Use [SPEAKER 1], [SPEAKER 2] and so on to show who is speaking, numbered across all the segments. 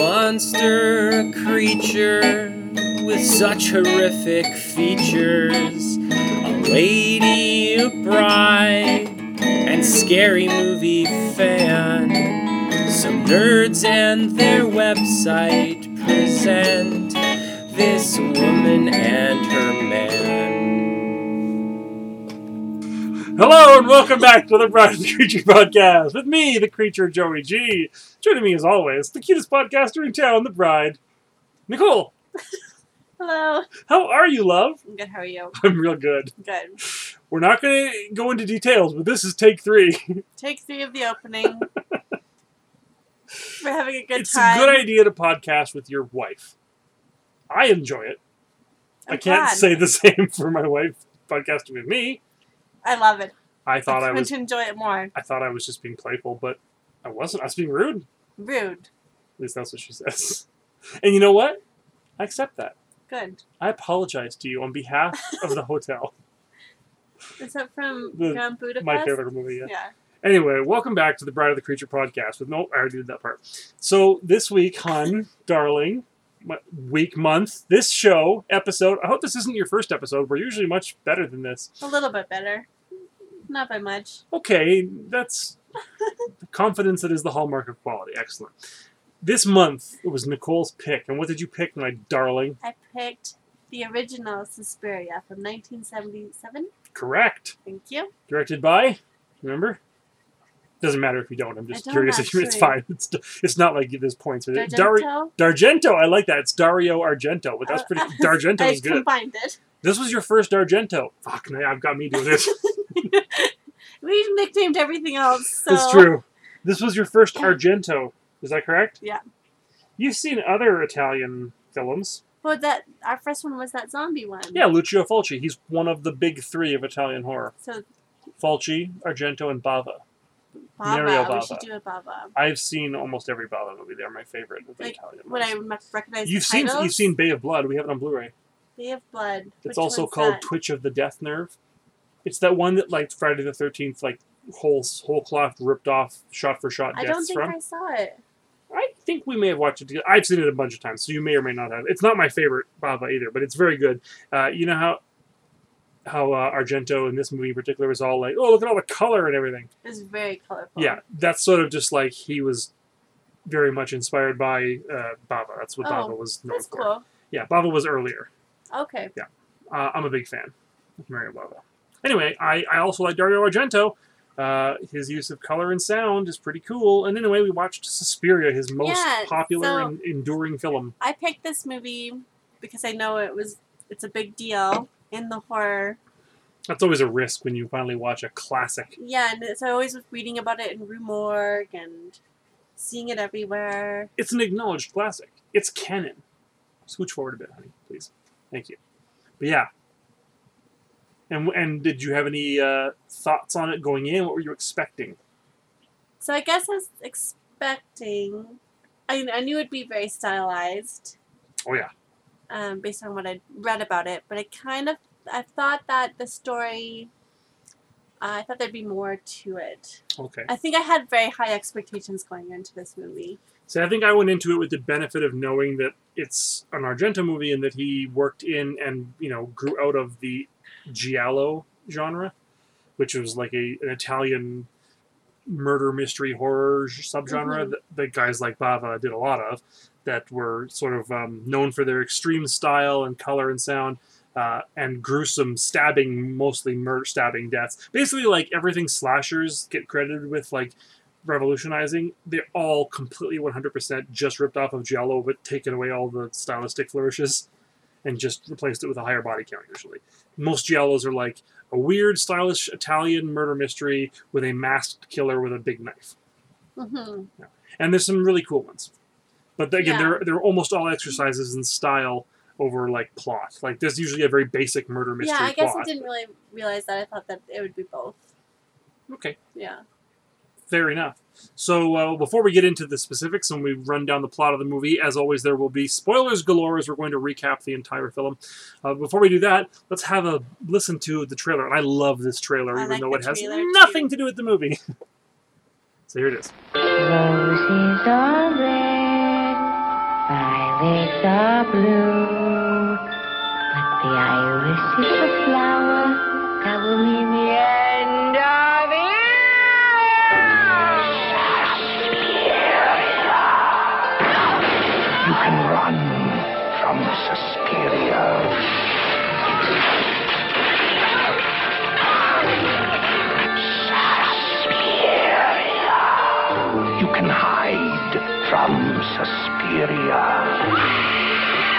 [SPEAKER 1] monster, a creature with such horrific features. A lady, a bride, and scary movie fan. Some nerds and their website present this woman and her man.
[SPEAKER 2] Hello and welcome back to the Bride of the Creature podcast with me, the creature Joey G. Joining me as always, the cutest podcaster in town, the Bride, Nicole.
[SPEAKER 3] Hello.
[SPEAKER 2] How are you, love?
[SPEAKER 3] I'm good. How are you?
[SPEAKER 2] I'm real good.
[SPEAKER 3] Good.
[SPEAKER 2] We're not going to go into details, but this is take three.
[SPEAKER 3] Take three of the opening. We're having a good
[SPEAKER 2] it's
[SPEAKER 3] time.
[SPEAKER 2] a good idea to podcast with your wife. I enjoy it.
[SPEAKER 3] I'm
[SPEAKER 2] I can't
[SPEAKER 3] glad.
[SPEAKER 2] say the same for my wife podcasting with me.
[SPEAKER 3] I love it.
[SPEAKER 2] I thought I
[SPEAKER 3] I'm
[SPEAKER 2] was.
[SPEAKER 3] to enjoy it more.
[SPEAKER 2] I thought I was just being playful, but I wasn't. I was being rude.
[SPEAKER 3] Rude.
[SPEAKER 2] At least that's what she says. And you know what? I accept that.
[SPEAKER 3] Good.
[SPEAKER 2] I apologize to you on behalf of the hotel.
[SPEAKER 3] Is that from
[SPEAKER 2] The-
[SPEAKER 3] Grand Budapest?
[SPEAKER 2] My favorite movie. Yeah.
[SPEAKER 3] Yeah.
[SPEAKER 2] Anyway, welcome back to the Bride of the Creature podcast. With no, I already did that part. So this week, hon, darling, my, week, month, this show episode. I hope this isn't your first episode. We're usually much better than this.
[SPEAKER 3] A little bit better. Not by much.
[SPEAKER 2] Okay, that's the confidence that is the hallmark of quality. Excellent. This month it was Nicole's pick, and what did you pick, my darling?
[SPEAKER 3] I picked the original Suspiria from 1977.
[SPEAKER 2] Correct.
[SPEAKER 3] Thank you.
[SPEAKER 2] directed by remember doesn't matter if you don't i'm just
[SPEAKER 3] don't
[SPEAKER 2] curious if you, it's
[SPEAKER 3] actually.
[SPEAKER 2] fine it's it's not like there's points with it. Dari-
[SPEAKER 3] Dargento.
[SPEAKER 2] dargento i like that it's dario argento but that's
[SPEAKER 3] Oh,
[SPEAKER 2] pretty
[SPEAKER 3] I-
[SPEAKER 2] dargento
[SPEAKER 3] I
[SPEAKER 2] is good
[SPEAKER 3] combined it.
[SPEAKER 2] this was your first dargento fuck now i've got me doing this
[SPEAKER 3] We've nicknamed everything else. So
[SPEAKER 2] it's true this was your first argento is that correct
[SPEAKER 3] Yeah.
[SPEAKER 2] you've seen other italian films
[SPEAKER 3] But that our first one was that zombie one.
[SPEAKER 2] yeah lucio fulci he's one of the big three of italian horror
[SPEAKER 3] So
[SPEAKER 2] fulci argento and bava
[SPEAKER 3] Baba.
[SPEAKER 2] Mario
[SPEAKER 3] We
[SPEAKER 2] Bava.
[SPEAKER 3] should do a Baba.
[SPEAKER 2] i've seen almost every bava movie they're my favorite of the
[SPEAKER 3] Like,
[SPEAKER 2] italian
[SPEAKER 3] Would
[SPEAKER 2] ones.
[SPEAKER 3] I rec- recognize
[SPEAKER 2] You've
[SPEAKER 3] the
[SPEAKER 2] seen
[SPEAKER 3] titles?
[SPEAKER 2] you've seen Bay of Blood. We have it on Blu-ray.
[SPEAKER 3] Bay of Blood.
[SPEAKER 2] It's
[SPEAKER 3] Which
[SPEAKER 2] also
[SPEAKER 3] one's
[SPEAKER 2] called
[SPEAKER 3] that?
[SPEAKER 2] Twitch of the Death Nerve. It's that one that like Friday the Thirteenth, like whole whole cloth ripped off, shot for shot
[SPEAKER 3] I
[SPEAKER 2] deaths
[SPEAKER 3] don't think
[SPEAKER 2] from.
[SPEAKER 3] I saw it.
[SPEAKER 2] I... think we may have watched it together. I've seen it a bunch of times, so you may or may not have. It's not my favorite Bava either, but it's very good. Uh, you know how how uh, Argento in this movie in particular was all like, oh look at all the color and everything.
[SPEAKER 3] It was very colorful.
[SPEAKER 2] Yeah, that's sort of just like he was very much inspired by uh, Bava. That's what
[SPEAKER 3] Oh,
[SPEAKER 2] Bava was known
[SPEAKER 3] That's
[SPEAKER 2] for.
[SPEAKER 3] cool.
[SPEAKER 2] Yeah, Bava was earlier.
[SPEAKER 3] Okay.
[SPEAKER 2] Uh, I'm a big fan of Mario Bava. Anyway, I, I also like Dario Argento. Uh, his use of color and sound is pretty cool. And anyway, we watched Suspiria, his most
[SPEAKER 3] Yeah,
[SPEAKER 2] popular
[SPEAKER 3] so-
[SPEAKER 2] and enduring film.
[SPEAKER 3] I picked this movie because I know it was it's a big deal in the horror.
[SPEAKER 2] That's always a risk when you finally watch a classic.
[SPEAKER 3] Yeah, and it's, I always was reading about it in Rue Morgue and seeing it everywhere.
[SPEAKER 2] It's an acknowledged classic. It's canon. Scooch forward a bit, honey, please. Thank you. But yeah. And and did you have any uh, thoughts on it going in? What were you expecting?
[SPEAKER 3] So I guess I was expecting. I, I knew it'd be very stylized.
[SPEAKER 2] Oh yeah,
[SPEAKER 3] um, based on what I read about it, but I kind of I thought that the story, uh, I thought there'd be more to it.
[SPEAKER 2] okay.
[SPEAKER 3] I think I had very high expectations going into this movie.
[SPEAKER 2] So I think I went into it with the benefit of knowing that it's an Argento movie and that he worked in and you know grew out of the giallo genre, which was like a an Italian murder mystery horror j- subgenre
[SPEAKER 3] Mhm.
[SPEAKER 2] that, that guys like Bava did a lot of, that were sort of um, known for their extreme style and color and sound. Uh, and gruesome stabbing, mostly murder stabbing deaths. Basically, like everything slashers get credited with, like revolutionizing, they're all completely 100% just ripped off of Giallo, but taken away all the stylistic flourishes and just replaced it with a higher body count, usually. Most Giallos are like a weird, stylish Italian murder mystery with a masked killer with a big knife.
[SPEAKER 3] hmm
[SPEAKER 2] And there's some really cool ones. But again,
[SPEAKER 3] Yeah.
[SPEAKER 2] they're, they're almost all exercises in style over like plot. Like there's usually a very basic murder mystery
[SPEAKER 3] Yeah, I guess I
[SPEAKER 2] plot.
[SPEAKER 3] didn't really realize that. I thought that it would be both.
[SPEAKER 2] Okay.
[SPEAKER 3] Yeah.
[SPEAKER 2] Fair enough. So uh, before we get into the specifics and we run down the plot of the movie, as always, there will be spoilers galore as we're going to recap the entire film. Uh, before we do that, let's have a listen to the trailer. And I love this trailer,
[SPEAKER 3] I
[SPEAKER 2] even
[SPEAKER 3] like
[SPEAKER 2] though
[SPEAKER 3] the
[SPEAKER 2] it has
[SPEAKER 3] trailer,
[SPEAKER 2] nothing to
[SPEAKER 3] too.
[SPEAKER 2] do with the movie. so here it is.
[SPEAKER 4] Roses are red, Violets are blue, but the iris is a flower that will mean the end of
[SPEAKER 5] You can run from Suspiria. You can hide from Suspiria.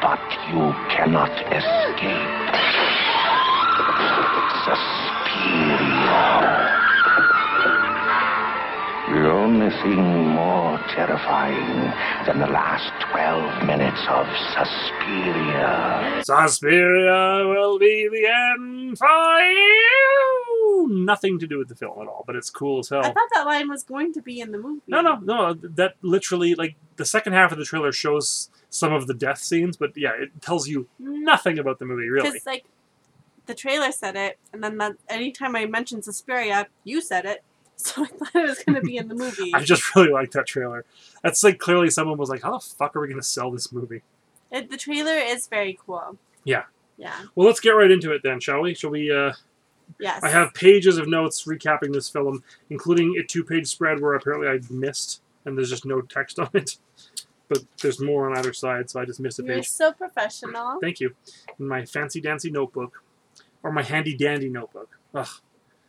[SPEAKER 5] But you cannot escape. Suspiria. The only thing more terrifying than the last 12 minutes of Suspiria.
[SPEAKER 2] Suspiria will be the end for you. Nothing to do with the film at all, but it's cool as hell.
[SPEAKER 3] I thought that line was going to be in the movie.
[SPEAKER 2] Oh. No, no, no. That literally, like, the second half of the trailer shows some of the death scenes, but yeah, it tells you nothing about the movie,
[SPEAKER 3] Because,
[SPEAKER 2] really.
[SPEAKER 3] like, the trailer said it, and then that, anytime I mentioned Suspiria, you said it. So I thought it was going to be in the movie.
[SPEAKER 2] I just really like that trailer. That's like clearly someone was like, how the fuck are we going to sell this movie?
[SPEAKER 3] It, the trailer is very cool.
[SPEAKER 2] Yeah.
[SPEAKER 3] Yeah.
[SPEAKER 2] Well, let's get right into it then, shall we? Shall we, uh,
[SPEAKER 3] Yes.
[SPEAKER 2] I have pages of notes recapping this film, including a two page spread where apparently I missed, and there's just no text on it. But there's more on either side, so I just missed a
[SPEAKER 3] You're
[SPEAKER 2] page.
[SPEAKER 3] so professional.
[SPEAKER 2] Thank you. In my fancy dancy notebook, or my handy dandy notebook. Ugh,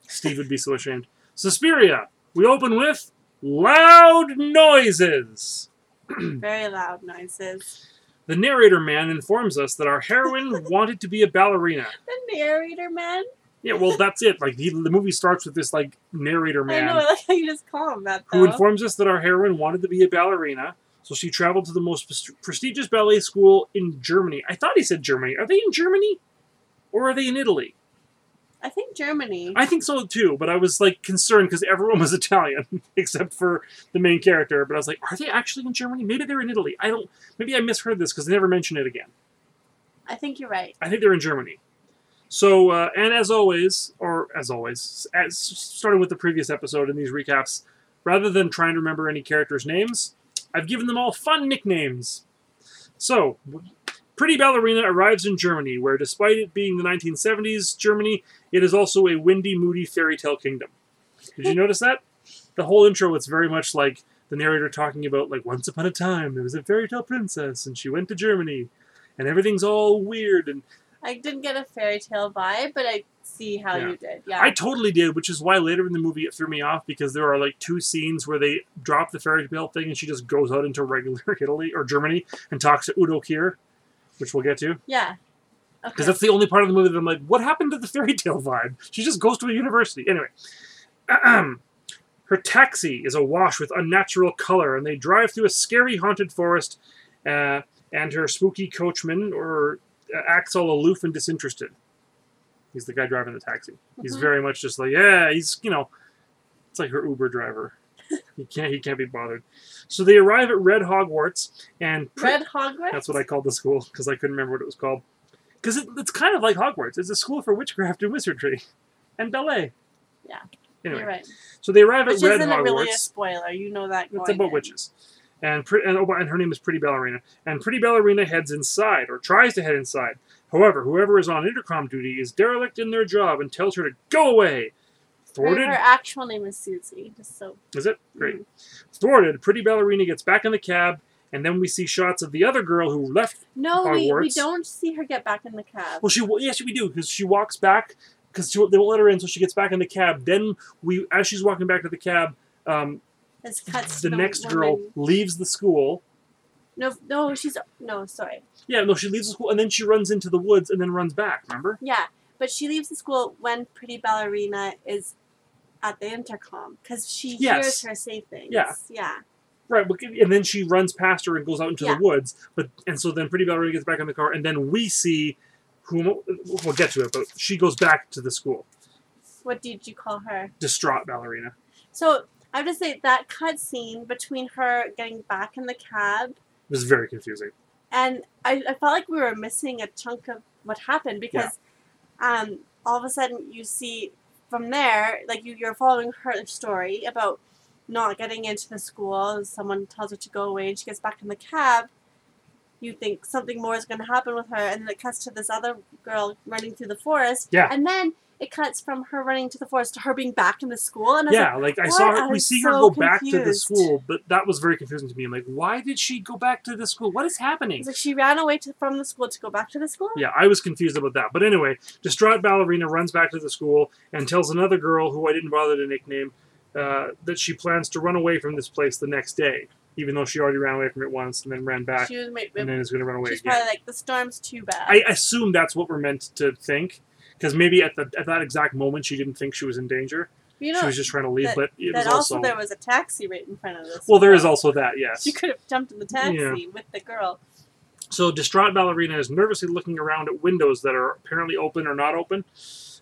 [SPEAKER 2] Steve would be so ashamed. Suspiria. We open with loud noises.
[SPEAKER 3] Very loud noises.
[SPEAKER 2] The narrator man informs us that our heroine wanted to be a ballerina.
[SPEAKER 3] The narrator man.
[SPEAKER 2] Yeah, well, that's it. Like he, the movie starts with this like narrator man.
[SPEAKER 3] I know. I like how you just call him that. Though.
[SPEAKER 2] who informs us that our heroine wanted to be a ballerina. So she traveled to the most pres- prestigious ballet school in Germany. I thought he said Germany. Are they in Germany? Or are they in Italy?
[SPEAKER 3] I think Germany.
[SPEAKER 2] I think so too, but I was like concerned because everyone was Italian except for the main character. But I was like, are they actually in Germany? Maybe they're in Italy. I don't. Maybe I misheard this because they never mention it again.
[SPEAKER 3] I think you're right.
[SPEAKER 2] I think they're in Germany. So, uh, and as always, or as always, as starting with the previous episode in these recaps, rather than trying to remember any characters' names, I've given them all fun nicknames. So, Pretty Ballerina arrives in Germany, where despite it being the 1970s Germany, it is also a windy, moody fairy tale kingdom. Did you notice that? The whole intro, it's very much like the narrator talking about, like, once upon a time, there was a fairy tale princess, and she went to Germany, and everything's all weird and
[SPEAKER 3] I didn't get a fairy tale vibe, but I see how
[SPEAKER 2] Yeah.
[SPEAKER 3] you did. Yeah.
[SPEAKER 2] I totally did, which is why later in the movie it threw me off because there are like two scenes where they drop the fairy tale thing and she just goes out into regular Italy or Germany and talks to Udo Kier, which we'll get to.
[SPEAKER 3] yeah. Okay.
[SPEAKER 2] Because that's the only part of the movie that I'm like, what happened to the fairy tale vibe? She just goes to a university. Anyway. Ahem. Her taxi is awash with unnatural color, and they drive through a scary haunted forest, uh, and her spooky coachman or uh, acts all aloof and disinterested. He's the guy driving the taxi. He's
[SPEAKER 3] Mhm.
[SPEAKER 2] very much just like, yeah, he's you know, it's like her Uber driver. he can't he can't be bothered. So they arrive at Red Hogwarts, and pre-
[SPEAKER 3] Red Hogwarts.
[SPEAKER 2] that's what I called the school because I couldn't remember what it was called. Because it, it's kind of like Hogwarts. It's a school for witchcraft and wizardry and ballet.
[SPEAKER 3] Yeah.
[SPEAKER 2] Anyway,
[SPEAKER 3] You're right.
[SPEAKER 2] so they arrive at
[SPEAKER 3] Which
[SPEAKER 2] Red
[SPEAKER 3] isn't
[SPEAKER 2] Hogwarts.
[SPEAKER 3] really a spoiler. You know that.
[SPEAKER 2] It's
[SPEAKER 3] going
[SPEAKER 2] about
[SPEAKER 3] in.
[SPEAKER 2] witches. And, pre- and, oh, and her name is Pretty Ballerina. And Pretty Ballerina heads inside, or tries to head inside. However, whoever is on intercom duty is derelict in their job and tells her to go away.
[SPEAKER 3] Her,
[SPEAKER 2] Thwarted
[SPEAKER 3] her actual name is Susie. Just so. mm.
[SPEAKER 2] is it? Great. Thwarted, Pretty Ballerina gets back in the cab, and then we see shots of the other girl who left.
[SPEAKER 3] No, we, we
[SPEAKER 2] Hogwarts.
[SPEAKER 3] don't see her get back in the cab.
[SPEAKER 2] Well, she yeah, she we do because she walks back because they won't let her in, so she gets back in the cab. Then we, as she's walking back to the cab, um,
[SPEAKER 3] It's cuts
[SPEAKER 2] the
[SPEAKER 3] to
[SPEAKER 2] next
[SPEAKER 3] woman.
[SPEAKER 2] girl leaves the school.
[SPEAKER 3] No, no, she's no. Sorry.
[SPEAKER 2] Yeah, no, she leaves the school and then she runs into the woods and then runs back. Remember?
[SPEAKER 3] Yeah, but she leaves the school when Pretty Ballerina is at the intercom because she
[SPEAKER 2] Yes.
[SPEAKER 3] hears her say things.
[SPEAKER 2] Yeah.
[SPEAKER 3] Yeah.
[SPEAKER 2] Right, but- and then she runs past her and goes out into
[SPEAKER 3] Yeah.
[SPEAKER 2] the woods. But and so then Pretty Ballerina gets back in the car, and then we see who we'll get to it. But she goes back to the school,
[SPEAKER 3] What did you call her?
[SPEAKER 2] distraught ballerina.
[SPEAKER 3] So I would just say that cut scene between her getting back in the cab
[SPEAKER 2] It was very confusing.
[SPEAKER 3] and I, I felt like we were missing a chunk of what happened because um, all of a sudden you see from there, like you, you're following her story about not getting into the school, and someone tells her to go away, and she gets back in the cab. You think something more is going to happen with her, and then it cuts to this other girl running through the forest.
[SPEAKER 2] Yeah.
[SPEAKER 3] And then it cuts from her running to the forest to her being back in the school, and I was like,
[SPEAKER 2] yeah, like, I saw
[SPEAKER 3] "What?
[SPEAKER 2] her.
[SPEAKER 3] I
[SPEAKER 2] We
[SPEAKER 3] was
[SPEAKER 2] see her
[SPEAKER 3] so
[SPEAKER 2] go back to the
[SPEAKER 3] confused."
[SPEAKER 2] school, but that was very confusing to me. I'm like, why did she go back to the school? What is happening?
[SPEAKER 3] It's like she ran away to, from the school to go back to the school.
[SPEAKER 2] Yeah, I was confused about that. But anyway, distraught ballerina runs back to the school and tells another girl, who I didn't bother to nickname, uh, that she plans to run away from this place the next day, even though she already ran away from it once and then ran back
[SPEAKER 3] she was made,
[SPEAKER 2] and then is going to run away
[SPEAKER 3] she's
[SPEAKER 2] again.
[SPEAKER 3] probably like the storm's too bad.
[SPEAKER 2] I assume that's what we're meant to think, because maybe at the at that exact moment she didn't think she was in danger.
[SPEAKER 3] you know
[SPEAKER 2] she was just trying to leave,
[SPEAKER 3] that-
[SPEAKER 2] but it was
[SPEAKER 3] that also,
[SPEAKER 2] also
[SPEAKER 3] there was a taxi right in front of this.
[SPEAKER 2] well, there
[SPEAKER 3] girl.
[SPEAKER 2] is also that yes.
[SPEAKER 3] She could have jumped in the taxi with the girl.
[SPEAKER 2] So distraught ballerina is nervously looking around at windows that are apparently open or not open.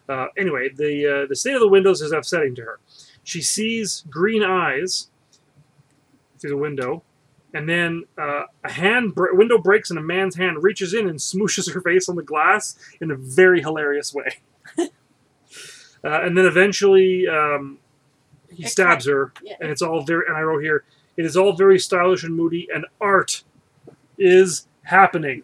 [SPEAKER 2] Uh, anyway, the uh, the state of the windows is upsetting to her. She sees green eyes through the window, and then uh, a hand br- window breaks and a man's hand reaches in and smooshes her face on the glass in a very hilarious way. uh, and then eventually um, he
[SPEAKER 3] It
[SPEAKER 2] stabs her,
[SPEAKER 3] Yeah.
[SPEAKER 2] and it's all very. And I wrote here, it is all very stylish and moody, and art is happening.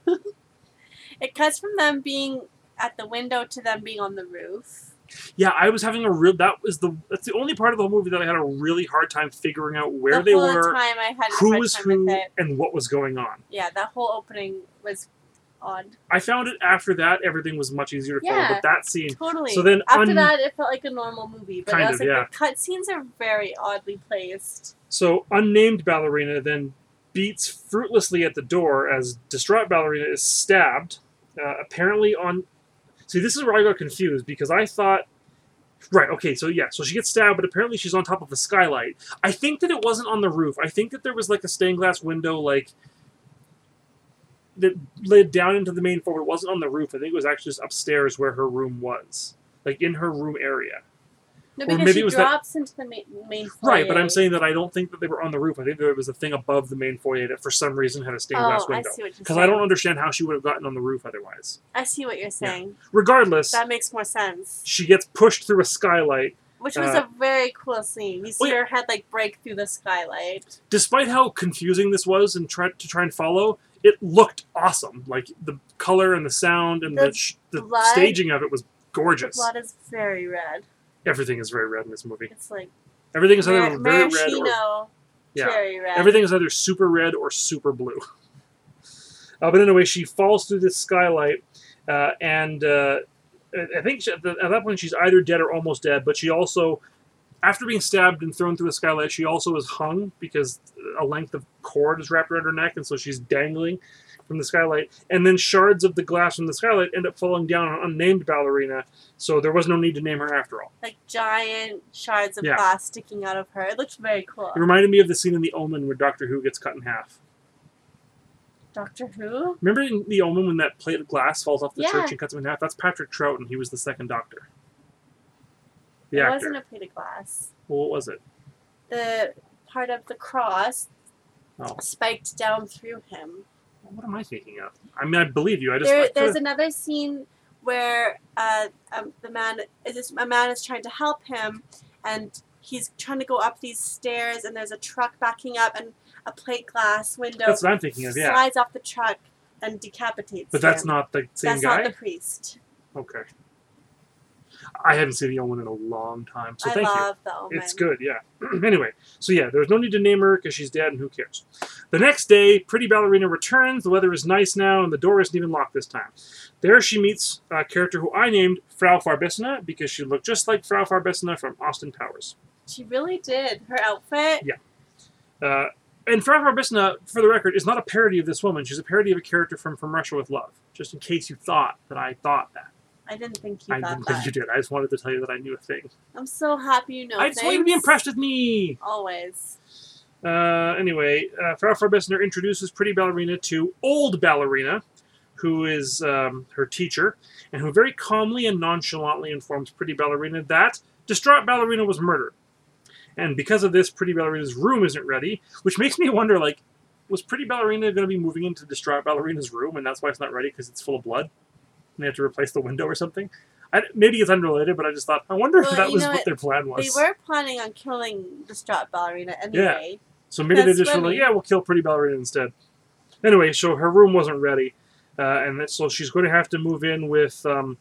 [SPEAKER 3] It cuts from them being at the window to them being on the roof.
[SPEAKER 2] Yeah, I was having a real. That was the. That's the only part of the whole movie that I had a really hard time figuring out where
[SPEAKER 3] the
[SPEAKER 2] they
[SPEAKER 3] whole
[SPEAKER 2] were,
[SPEAKER 3] time I had a
[SPEAKER 2] who
[SPEAKER 3] hard
[SPEAKER 2] was
[SPEAKER 3] time
[SPEAKER 2] who,
[SPEAKER 3] with it.
[SPEAKER 2] and what was going on.
[SPEAKER 3] Yeah, that whole opening was odd.
[SPEAKER 2] I found it after that everything was much easier to follow,
[SPEAKER 3] Yeah.
[SPEAKER 2] but that scene.
[SPEAKER 3] Totally.
[SPEAKER 2] So then
[SPEAKER 3] after
[SPEAKER 2] un-
[SPEAKER 3] that, it felt like a normal movie, but
[SPEAKER 2] Kind
[SPEAKER 3] I was
[SPEAKER 2] of,
[SPEAKER 3] like, the cut scenes are very oddly placed.
[SPEAKER 2] So unnamed ballerina then beats fruitlessly at the door as distraught ballerina is stabbed. Uh, apparently on. See, this is where I got confused because I thought. Right. Okay. So yeah. So she gets stabbed, but apparently she's on top of a skylight. I think that it wasn't on the roof. I think that there was like a stained glass window, like that led down into the main floor. It wasn't on the roof. I think it was actually just upstairs where her room was, like in her room area.
[SPEAKER 3] No,
[SPEAKER 2] Or
[SPEAKER 3] because
[SPEAKER 2] maybe
[SPEAKER 3] she
[SPEAKER 2] it was that-
[SPEAKER 3] drops into the main, main
[SPEAKER 2] Right, but
[SPEAKER 3] foyer.
[SPEAKER 2] I'm saying that I don't think that they were on the roof. I think there was a thing above the main foyer that for some reason had a stained glass
[SPEAKER 3] Oh, I
[SPEAKER 2] window.
[SPEAKER 3] see what you're
[SPEAKER 2] Because
[SPEAKER 3] saying.
[SPEAKER 2] I don't understand how she would have gotten on the roof otherwise.
[SPEAKER 3] I see what you're saying.
[SPEAKER 2] Regardless,
[SPEAKER 3] That makes more sense.
[SPEAKER 2] she gets pushed through a skylight.
[SPEAKER 3] Which was
[SPEAKER 2] Uh,
[SPEAKER 3] a very cool scene. You see
[SPEAKER 2] wait.
[SPEAKER 3] her head like break through the skylight.
[SPEAKER 2] Despite how confusing this was and try to try and follow, it looked awesome. Like the color and the sound and the,
[SPEAKER 3] The
[SPEAKER 2] sh- the
[SPEAKER 3] blood-
[SPEAKER 2] staging of it was
[SPEAKER 3] The
[SPEAKER 2] gorgeous.
[SPEAKER 3] blood is very red.
[SPEAKER 2] Everything is very red in this movie.
[SPEAKER 3] It's like
[SPEAKER 2] Everything is
[SPEAKER 3] mar-
[SPEAKER 2] either very red or
[SPEAKER 3] maraschino,
[SPEAKER 2] yeah.
[SPEAKER 3] cherry red.
[SPEAKER 2] Everything is either super red or super blue. Uh, but anyway, she falls through this skylight, uh, and uh, I- I think she, at the- at that point she's either dead or almost dead. But she also, after being stabbed and thrown through a skylight, she also is hung because a length of cord is wrapped around her neck, and so she's dangling from the skylight. And then shards of the glass from the skylight end up falling down on unnamed ballerina. So there was no need to name her after all.
[SPEAKER 3] Like giant shards of
[SPEAKER 2] Yeah.
[SPEAKER 3] glass sticking out of her. It looked very cool.
[SPEAKER 2] It reminded me of the scene in The Omen where Doctor Who gets cut in half.
[SPEAKER 3] Doctor Who?
[SPEAKER 2] Remember in The Omen when that plate of glass falls off the
[SPEAKER 3] Yeah.
[SPEAKER 2] church and cuts him in half? That's Patrick Troughton. He was the second Doctor. The
[SPEAKER 3] it
[SPEAKER 2] actor.
[SPEAKER 3] wasn't a plate of glass.
[SPEAKER 2] Well, what was it?
[SPEAKER 3] The part of the cross
[SPEAKER 2] Oh,
[SPEAKER 3] spiked down through him.
[SPEAKER 2] what am I thinking of? I mean, I believe you. I just I
[SPEAKER 3] There,
[SPEAKER 2] could've-
[SPEAKER 3] there's another scene where uh, um, the man is this, a man is trying to help him, and he's trying to go up these stairs, and there's a truck backing up, and a plate glass window
[SPEAKER 2] that's what I'm thinking of. Yeah,
[SPEAKER 3] slides off the truck and decapitates.
[SPEAKER 2] but that's
[SPEAKER 3] him.
[SPEAKER 2] not the same
[SPEAKER 3] that's
[SPEAKER 2] guy.
[SPEAKER 3] not the priest.
[SPEAKER 2] Okay. I haven't seen The Omen in a long time, so
[SPEAKER 3] I
[SPEAKER 2] thank you.
[SPEAKER 3] love the omen.
[SPEAKER 2] It's good, yeah. anyway, so yeah, there's no need to name her because she's dead and who cares. The next day, Pretty Ballerina returns. The weather is nice now and the door isn't even locked this time. There she meets a character who I named Frau Farbissina because she looked just like Frau Farbissina from Austin Powers.
[SPEAKER 3] She really did. Her outfit.
[SPEAKER 2] Uh, and Frau Farbissina, for the record, is not a parody of this woman. She's a parody of a character from From Russia with Love, just in case you thought that I thought that.
[SPEAKER 3] I didn't think you
[SPEAKER 2] I
[SPEAKER 3] thought
[SPEAKER 2] didn't
[SPEAKER 3] that.
[SPEAKER 2] think you did. I just wanted to tell you that I knew a thing.
[SPEAKER 3] I'm so happy you know.
[SPEAKER 2] I just want you to be
[SPEAKER 3] things.
[SPEAKER 2] impressed with me.
[SPEAKER 3] Always.
[SPEAKER 2] Uh, anyway, uh, Frau Farbissner introduces Pretty Ballerina to Old Ballerina, who is um, her teacher, and who very calmly and nonchalantly informs Pretty Ballerina that Distraught Ballerina was murdered. And because of this, Pretty Ballerina's room isn't ready, which makes me wonder, like, was Pretty Ballerina going to be moving into Distraught Ballerina's room, and that's why it's not ready, because it's full of blood? And they have to replace the window or something? I, maybe it's unrelated, but I just thought, I wonder if
[SPEAKER 3] Well,
[SPEAKER 2] that
[SPEAKER 3] you
[SPEAKER 2] was
[SPEAKER 3] know
[SPEAKER 2] what
[SPEAKER 3] what?
[SPEAKER 2] their plan
[SPEAKER 3] They
[SPEAKER 2] was.
[SPEAKER 3] were planning on killing the strap ballerina
[SPEAKER 2] Yeah.
[SPEAKER 3] anyway.
[SPEAKER 2] So maybe they
[SPEAKER 3] That's
[SPEAKER 2] just were like,
[SPEAKER 3] funny.
[SPEAKER 2] yeah, we'll kill Pretty Ballerina instead. Anyway, so her room wasn't ready, uh, and that, so she's going to have to move in with. Um,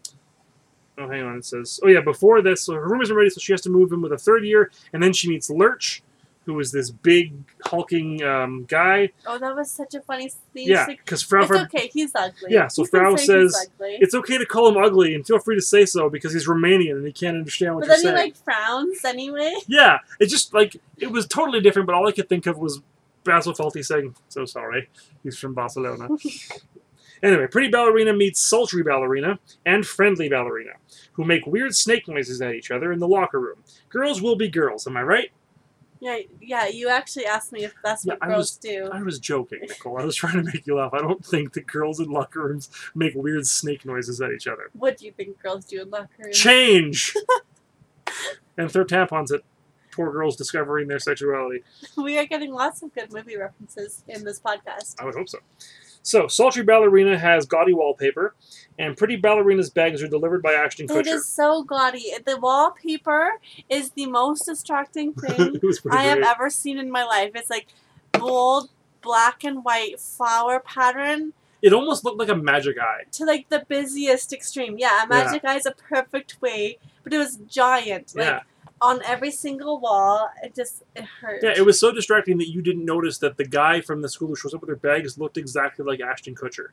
[SPEAKER 2] oh, hang on, it says. Oh yeah, before this, so her room isn't ready, so she has to move in with a third year, and then she meets Lurch, who is this big hulking um, guy.
[SPEAKER 3] Oh, that was such a funny scene.
[SPEAKER 2] Yeah,
[SPEAKER 3] Like,
[SPEAKER 2] because
[SPEAKER 3] it's
[SPEAKER 2] Frau
[SPEAKER 3] okay. He's ugly.
[SPEAKER 2] Yeah, so
[SPEAKER 3] You can
[SPEAKER 2] Frau
[SPEAKER 3] say
[SPEAKER 2] says
[SPEAKER 3] he's ugly.
[SPEAKER 2] It's okay to call him ugly, and feel free to say so because he's Romanian and he can't understand what
[SPEAKER 3] but
[SPEAKER 2] you're
[SPEAKER 3] then
[SPEAKER 2] saying.
[SPEAKER 3] he like frowns anyway.
[SPEAKER 2] yeah, it just like it was totally different. But all I could think of was Basil Fawlty saying, "So sorry, he's from Barcelona." anyway, pretty ballerina meets sultry ballerina and friendly ballerina, who make weird snake noises at each other in the locker room. Girls will be girls, am I right?
[SPEAKER 3] Yeah, yeah. You actually asked me if that's
[SPEAKER 2] Yeah,
[SPEAKER 3] what
[SPEAKER 2] I
[SPEAKER 3] girls
[SPEAKER 2] was-
[SPEAKER 3] do.
[SPEAKER 2] I was joking, Nicole. I was trying to make you laugh. I don't think that girls in locker rooms make weird snake noises at each other.
[SPEAKER 3] What do you think girls do in locker rooms?
[SPEAKER 2] Change. and throw tampons at poor girls discovering their sexuality.
[SPEAKER 3] we are getting lots of good movie references in this podcast.
[SPEAKER 2] I would hope so. So, Sultry Ballerina has gaudy wallpaper, and Pretty Ballerina's bags are delivered by Ashton
[SPEAKER 3] It
[SPEAKER 2] Kutcher.
[SPEAKER 3] is so gaudy. The wallpaper is the most distracting thing
[SPEAKER 2] it was pretty
[SPEAKER 3] I have
[SPEAKER 2] great.
[SPEAKER 3] ever seen in my life. It's like bold black and white flower pattern
[SPEAKER 2] It almost looked like a magic eye.
[SPEAKER 3] to like the busiest extreme. Yeah, Magic Eye is a perfect way, but it was giant. Like
[SPEAKER 2] yeah,
[SPEAKER 3] on every single wall, it just it hurt.
[SPEAKER 2] yeah. It was so distracting that you didn't notice that the guy from the school who shows up with her bags looked exactly like Ashton Kutcher.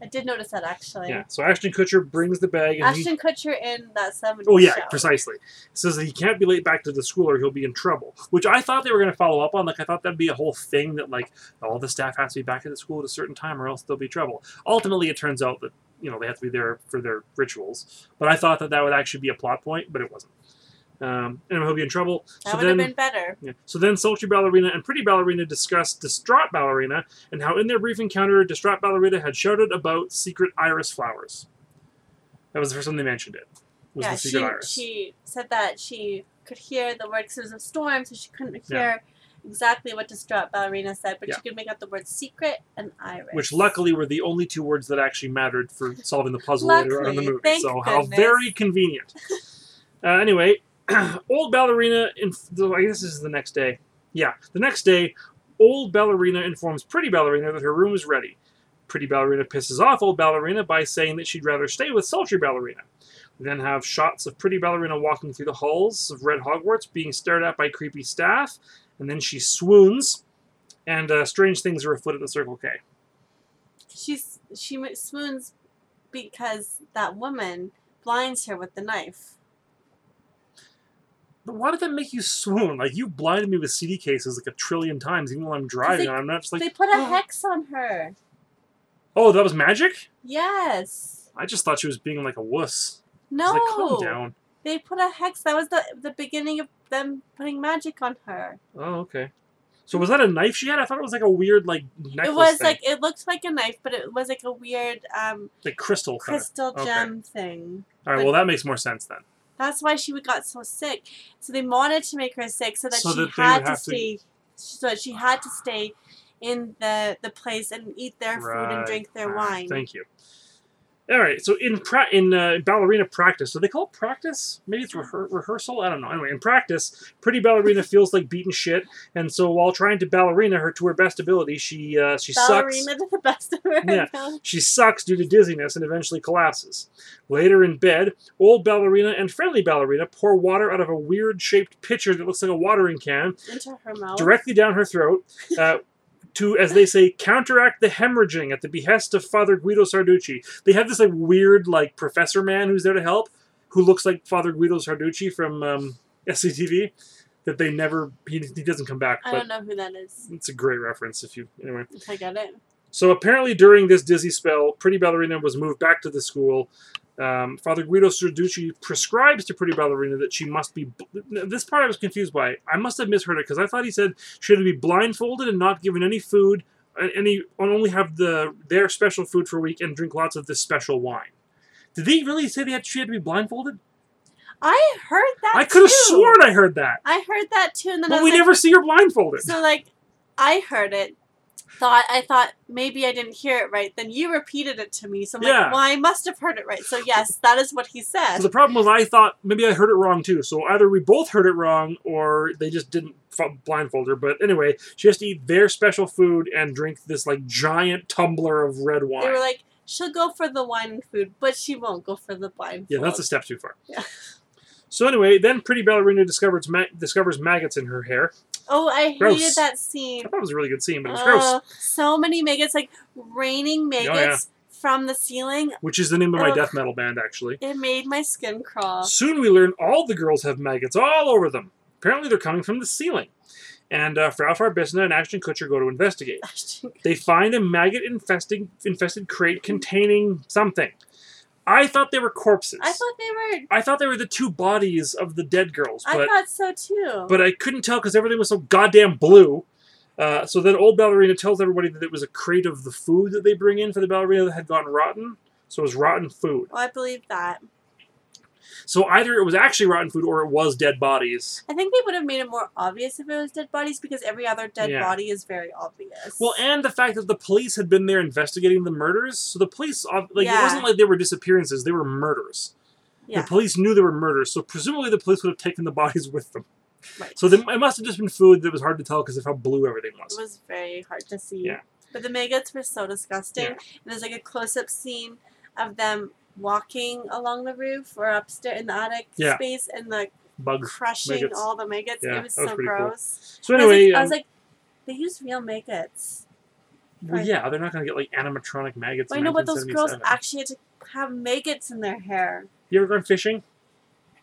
[SPEAKER 3] I did notice that actually.
[SPEAKER 2] Yeah. So Ashton Kutcher brings the bag, and he
[SPEAKER 3] Ashton Kutcher in that 70s
[SPEAKER 2] Oh yeah,
[SPEAKER 3] show.
[SPEAKER 2] precisely. Says that he can't be late back to the school or he'll be in trouble. Which I thought they were going to follow up on. Like I thought that'd be a whole thing that like all the staff has to be back at the school at a certain time or else there'll be trouble. Ultimately, it turns out that you know they have to be there for their rituals. But I thought that that would actually be a plot point, but it wasn't. Um, anyway, he'll be in trouble.
[SPEAKER 3] That
[SPEAKER 2] so
[SPEAKER 3] would
[SPEAKER 2] then,
[SPEAKER 3] have been better.
[SPEAKER 2] yeah. So then, Sultry Ballerina and Pretty Ballerina discuss Distraught Ballerina and how, in their brief encounter, Distraught Ballerina had shouted about secret iris flowers. That was the first time they mentioned it. Was
[SPEAKER 3] yeah,
[SPEAKER 2] the secret
[SPEAKER 3] she,
[SPEAKER 2] iris?
[SPEAKER 3] she said that she could hear the word 'cause it was a storm, so she couldn't
[SPEAKER 2] Yeah.
[SPEAKER 3] hear exactly what Distraught Ballerina said, but
[SPEAKER 2] Yeah.
[SPEAKER 3] she could make out the word secret and iris.
[SPEAKER 2] which luckily were the only two words that actually mattered for solving the puzzle later on in the
[SPEAKER 3] Luckily,
[SPEAKER 2] movie.
[SPEAKER 3] thank
[SPEAKER 2] so how
[SPEAKER 3] goodness.
[SPEAKER 2] very convenient. uh, anyway, old ballerina. Inf- I guess this is the next day. Yeah, the next day, old ballerina informs pretty ballerina that her room is ready. Pretty ballerina pisses off old ballerina by saying that she'd rather stay with sultry ballerina. We then have shots of pretty ballerina walking through the halls of Red Hogwarts, being stared at by creepy staff, and then she swoons. And uh, strange things are afoot at the Circle K.
[SPEAKER 3] She's, she mo- swoons because that woman blinds her with the knife.
[SPEAKER 2] But why did that make you swoon? Like you blinded me with CD cases like a trillion times, even when I'm driving.
[SPEAKER 3] they-
[SPEAKER 2] and I'm not just like,
[SPEAKER 3] they put a
[SPEAKER 2] "Oh,
[SPEAKER 3] hex on her.
[SPEAKER 2] Oh, that was magic.
[SPEAKER 3] Yes.
[SPEAKER 2] I just thought she was being like a wuss. I was
[SPEAKER 3] No.
[SPEAKER 2] like, calm down.
[SPEAKER 3] They put a hex. That was the the beginning of them putting magic on her.
[SPEAKER 2] Oh, okay. So was that a knife she had? I thought it was like a weird like necklace.
[SPEAKER 3] it was
[SPEAKER 2] thing,
[SPEAKER 3] like it looked like a knife, but it was like a weird um
[SPEAKER 2] like crystal. kinda.
[SPEAKER 3] crystal
[SPEAKER 2] Okay.
[SPEAKER 3] gem thing.
[SPEAKER 2] All right. Well, that makes more sense then.
[SPEAKER 3] That's why she would- got so sick. So they wanted to make her sick so that
[SPEAKER 2] So
[SPEAKER 3] she
[SPEAKER 2] that they would
[SPEAKER 3] had to
[SPEAKER 2] have to-
[SPEAKER 3] stay. So that she had to stay in the the place and eat their food and
[SPEAKER 2] Right,
[SPEAKER 3] drink their
[SPEAKER 2] All right,
[SPEAKER 3] wine.
[SPEAKER 2] Thank you. All right. So in pra- in uh, ballerina practice, do they call it practice? Maybe it's rehe- rehearsal. I don't know. Anyway, in practice, pretty ballerina feels like beaten shit, and so while trying to ballerina her to her best ability, she uh, she sucks.
[SPEAKER 3] Ballerina to the best of her.
[SPEAKER 2] Yeah.
[SPEAKER 3] ability.
[SPEAKER 2] She sucks due to dizziness and eventually collapses. Later in bed, old ballerina and friendly ballerina pour water out of a weird shaped pitcher that looks like a watering can
[SPEAKER 3] into her mouth.
[SPEAKER 2] directly down her throat uh, to, as they say, counteract the hemorrhaging at the behest of Father Guido Sarducci. They have this like weird like professor man who's there to help, who looks like Father Guido Sarducci from um, SCTV. That they never he, he doesn't come back,
[SPEAKER 3] I
[SPEAKER 2] but
[SPEAKER 3] don't know who that is.
[SPEAKER 2] it's a great reference if you anyway.
[SPEAKER 3] If I get it.
[SPEAKER 2] So apparently, during this dizzy spell, Pretty Ballerina was moved back to the school. Um, Father Guido Sarducci prescribes to Pretty Ballerina that she must be. Bl- this part I was confused by. I must have misheard it because I thought he said she had to be blindfolded and not given any food, and any and only have the their special food for a week and drink lots of this special wine. Did they really say they had she had to be blindfolded?
[SPEAKER 3] I heard that.
[SPEAKER 2] I could have
[SPEAKER 3] too.
[SPEAKER 2] sworn I heard that,
[SPEAKER 3] I heard that too, and then I
[SPEAKER 2] but
[SPEAKER 3] was
[SPEAKER 2] we
[SPEAKER 3] like,
[SPEAKER 2] never see her blindfolded.
[SPEAKER 3] So like, I heard it, thought I thought maybe I didn't hear it right. Then you repeated it to me, so I'm
[SPEAKER 2] Yeah.
[SPEAKER 3] like, well, I must have heard it right. So yes, that is what he said.
[SPEAKER 2] So the problem was I thought maybe I heard it wrong too. So either we both heard it wrong or they just didn't f- blindfold her. But anyway, she has to eat their special food and drink this like giant tumbler of red wine.
[SPEAKER 3] They were like, she'll go for the wine and food, but she won't go for the blindfold.
[SPEAKER 2] yeah, that's a step too far.
[SPEAKER 3] Yeah.
[SPEAKER 2] So anyway, then Pretty Ballerina discovers ma- discovers maggots in her hair.
[SPEAKER 3] Oh, I hated
[SPEAKER 2] Gross.
[SPEAKER 3] that scene.
[SPEAKER 2] I thought it was a really good scene, but it was
[SPEAKER 3] Uh,
[SPEAKER 2] gross. Oh,
[SPEAKER 3] so many maggots, like raining maggots
[SPEAKER 2] yeah.
[SPEAKER 3] from the ceiling.
[SPEAKER 2] Which is the name of my
[SPEAKER 3] ugh.
[SPEAKER 2] death metal band, actually.
[SPEAKER 3] It made my skin crawl.
[SPEAKER 2] Soon we learn all the girls have maggots all over them. Apparently, they're coming from the ceiling. And uh, Frau Farbissina and Ashton Kutcher go to investigate. They find a maggot infested infested crate containing something. I thought they were corpses.
[SPEAKER 3] I thought they were.
[SPEAKER 2] I thought they were the two bodies of the dead girls,
[SPEAKER 3] I
[SPEAKER 2] but
[SPEAKER 3] thought so too.
[SPEAKER 2] but I couldn't tell because everything was so goddamn blue. Uh, so then old ballerina tells everybody that it was a crate of the food that they bring in for the ballerina that had gone rotten. So it was rotten food.
[SPEAKER 3] oh, I believe that.
[SPEAKER 2] So either it was actually rotten food or it was dead bodies.
[SPEAKER 3] I think they would have made it more obvious if it was dead bodies because every other dead
[SPEAKER 2] Yeah.
[SPEAKER 3] body is very obvious.
[SPEAKER 2] Well, and the fact that the police had been there investigating the murders, so the police ob- like it
[SPEAKER 3] Yeah.
[SPEAKER 2] wasn't like they were disappearances; they were murders.
[SPEAKER 3] Yeah.
[SPEAKER 2] The police knew they were murders, so presumably the police would have taken the bodies with them.
[SPEAKER 3] Right.
[SPEAKER 2] So they, it must have just been food that was hard to tell because of how blue everything
[SPEAKER 3] It
[SPEAKER 2] was.
[SPEAKER 3] was very hard to see.
[SPEAKER 2] Yeah.
[SPEAKER 3] But the maggots were so disgusting.
[SPEAKER 2] Yeah.
[SPEAKER 3] And there's like a close up scene of them walking along the roof or upstairs in the attic
[SPEAKER 2] Yeah.
[SPEAKER 3] space and like
[SPEAKER 2] Bugs.
[SPEAKER 3] crushing
[SPEAKER 2] maggots.
[SPEAKER 3] all the maggots.
[SPEAKER 2] Yeah,
[SPEAKER 3] it was
[SPEAKER 2] that was
[SPEAKER 3] so
[SPEAKER 2] pretty cool.
[SPEAKER 3] gross.
[SPEAKER 2] So
[SPEAKER 3] And I was like-
[SPEAKER 2] anyway,
[SPEAKER 3] I was
[SPEAKER 2] um,
[SPEAKER 3] like, they use real maggots.
[SPEAKER 2] well, yeah, they're not going to get like animatronic maggots.
[SPEAKER 3] But I
[SPEAKER 2] in
[SPEAKER 3] know, but those girls
[SPEAKER 2] 1977.
[SPEAKER 3] actually had to have maggots in their hair.
[SPEAKER 2] You ever gone fishing?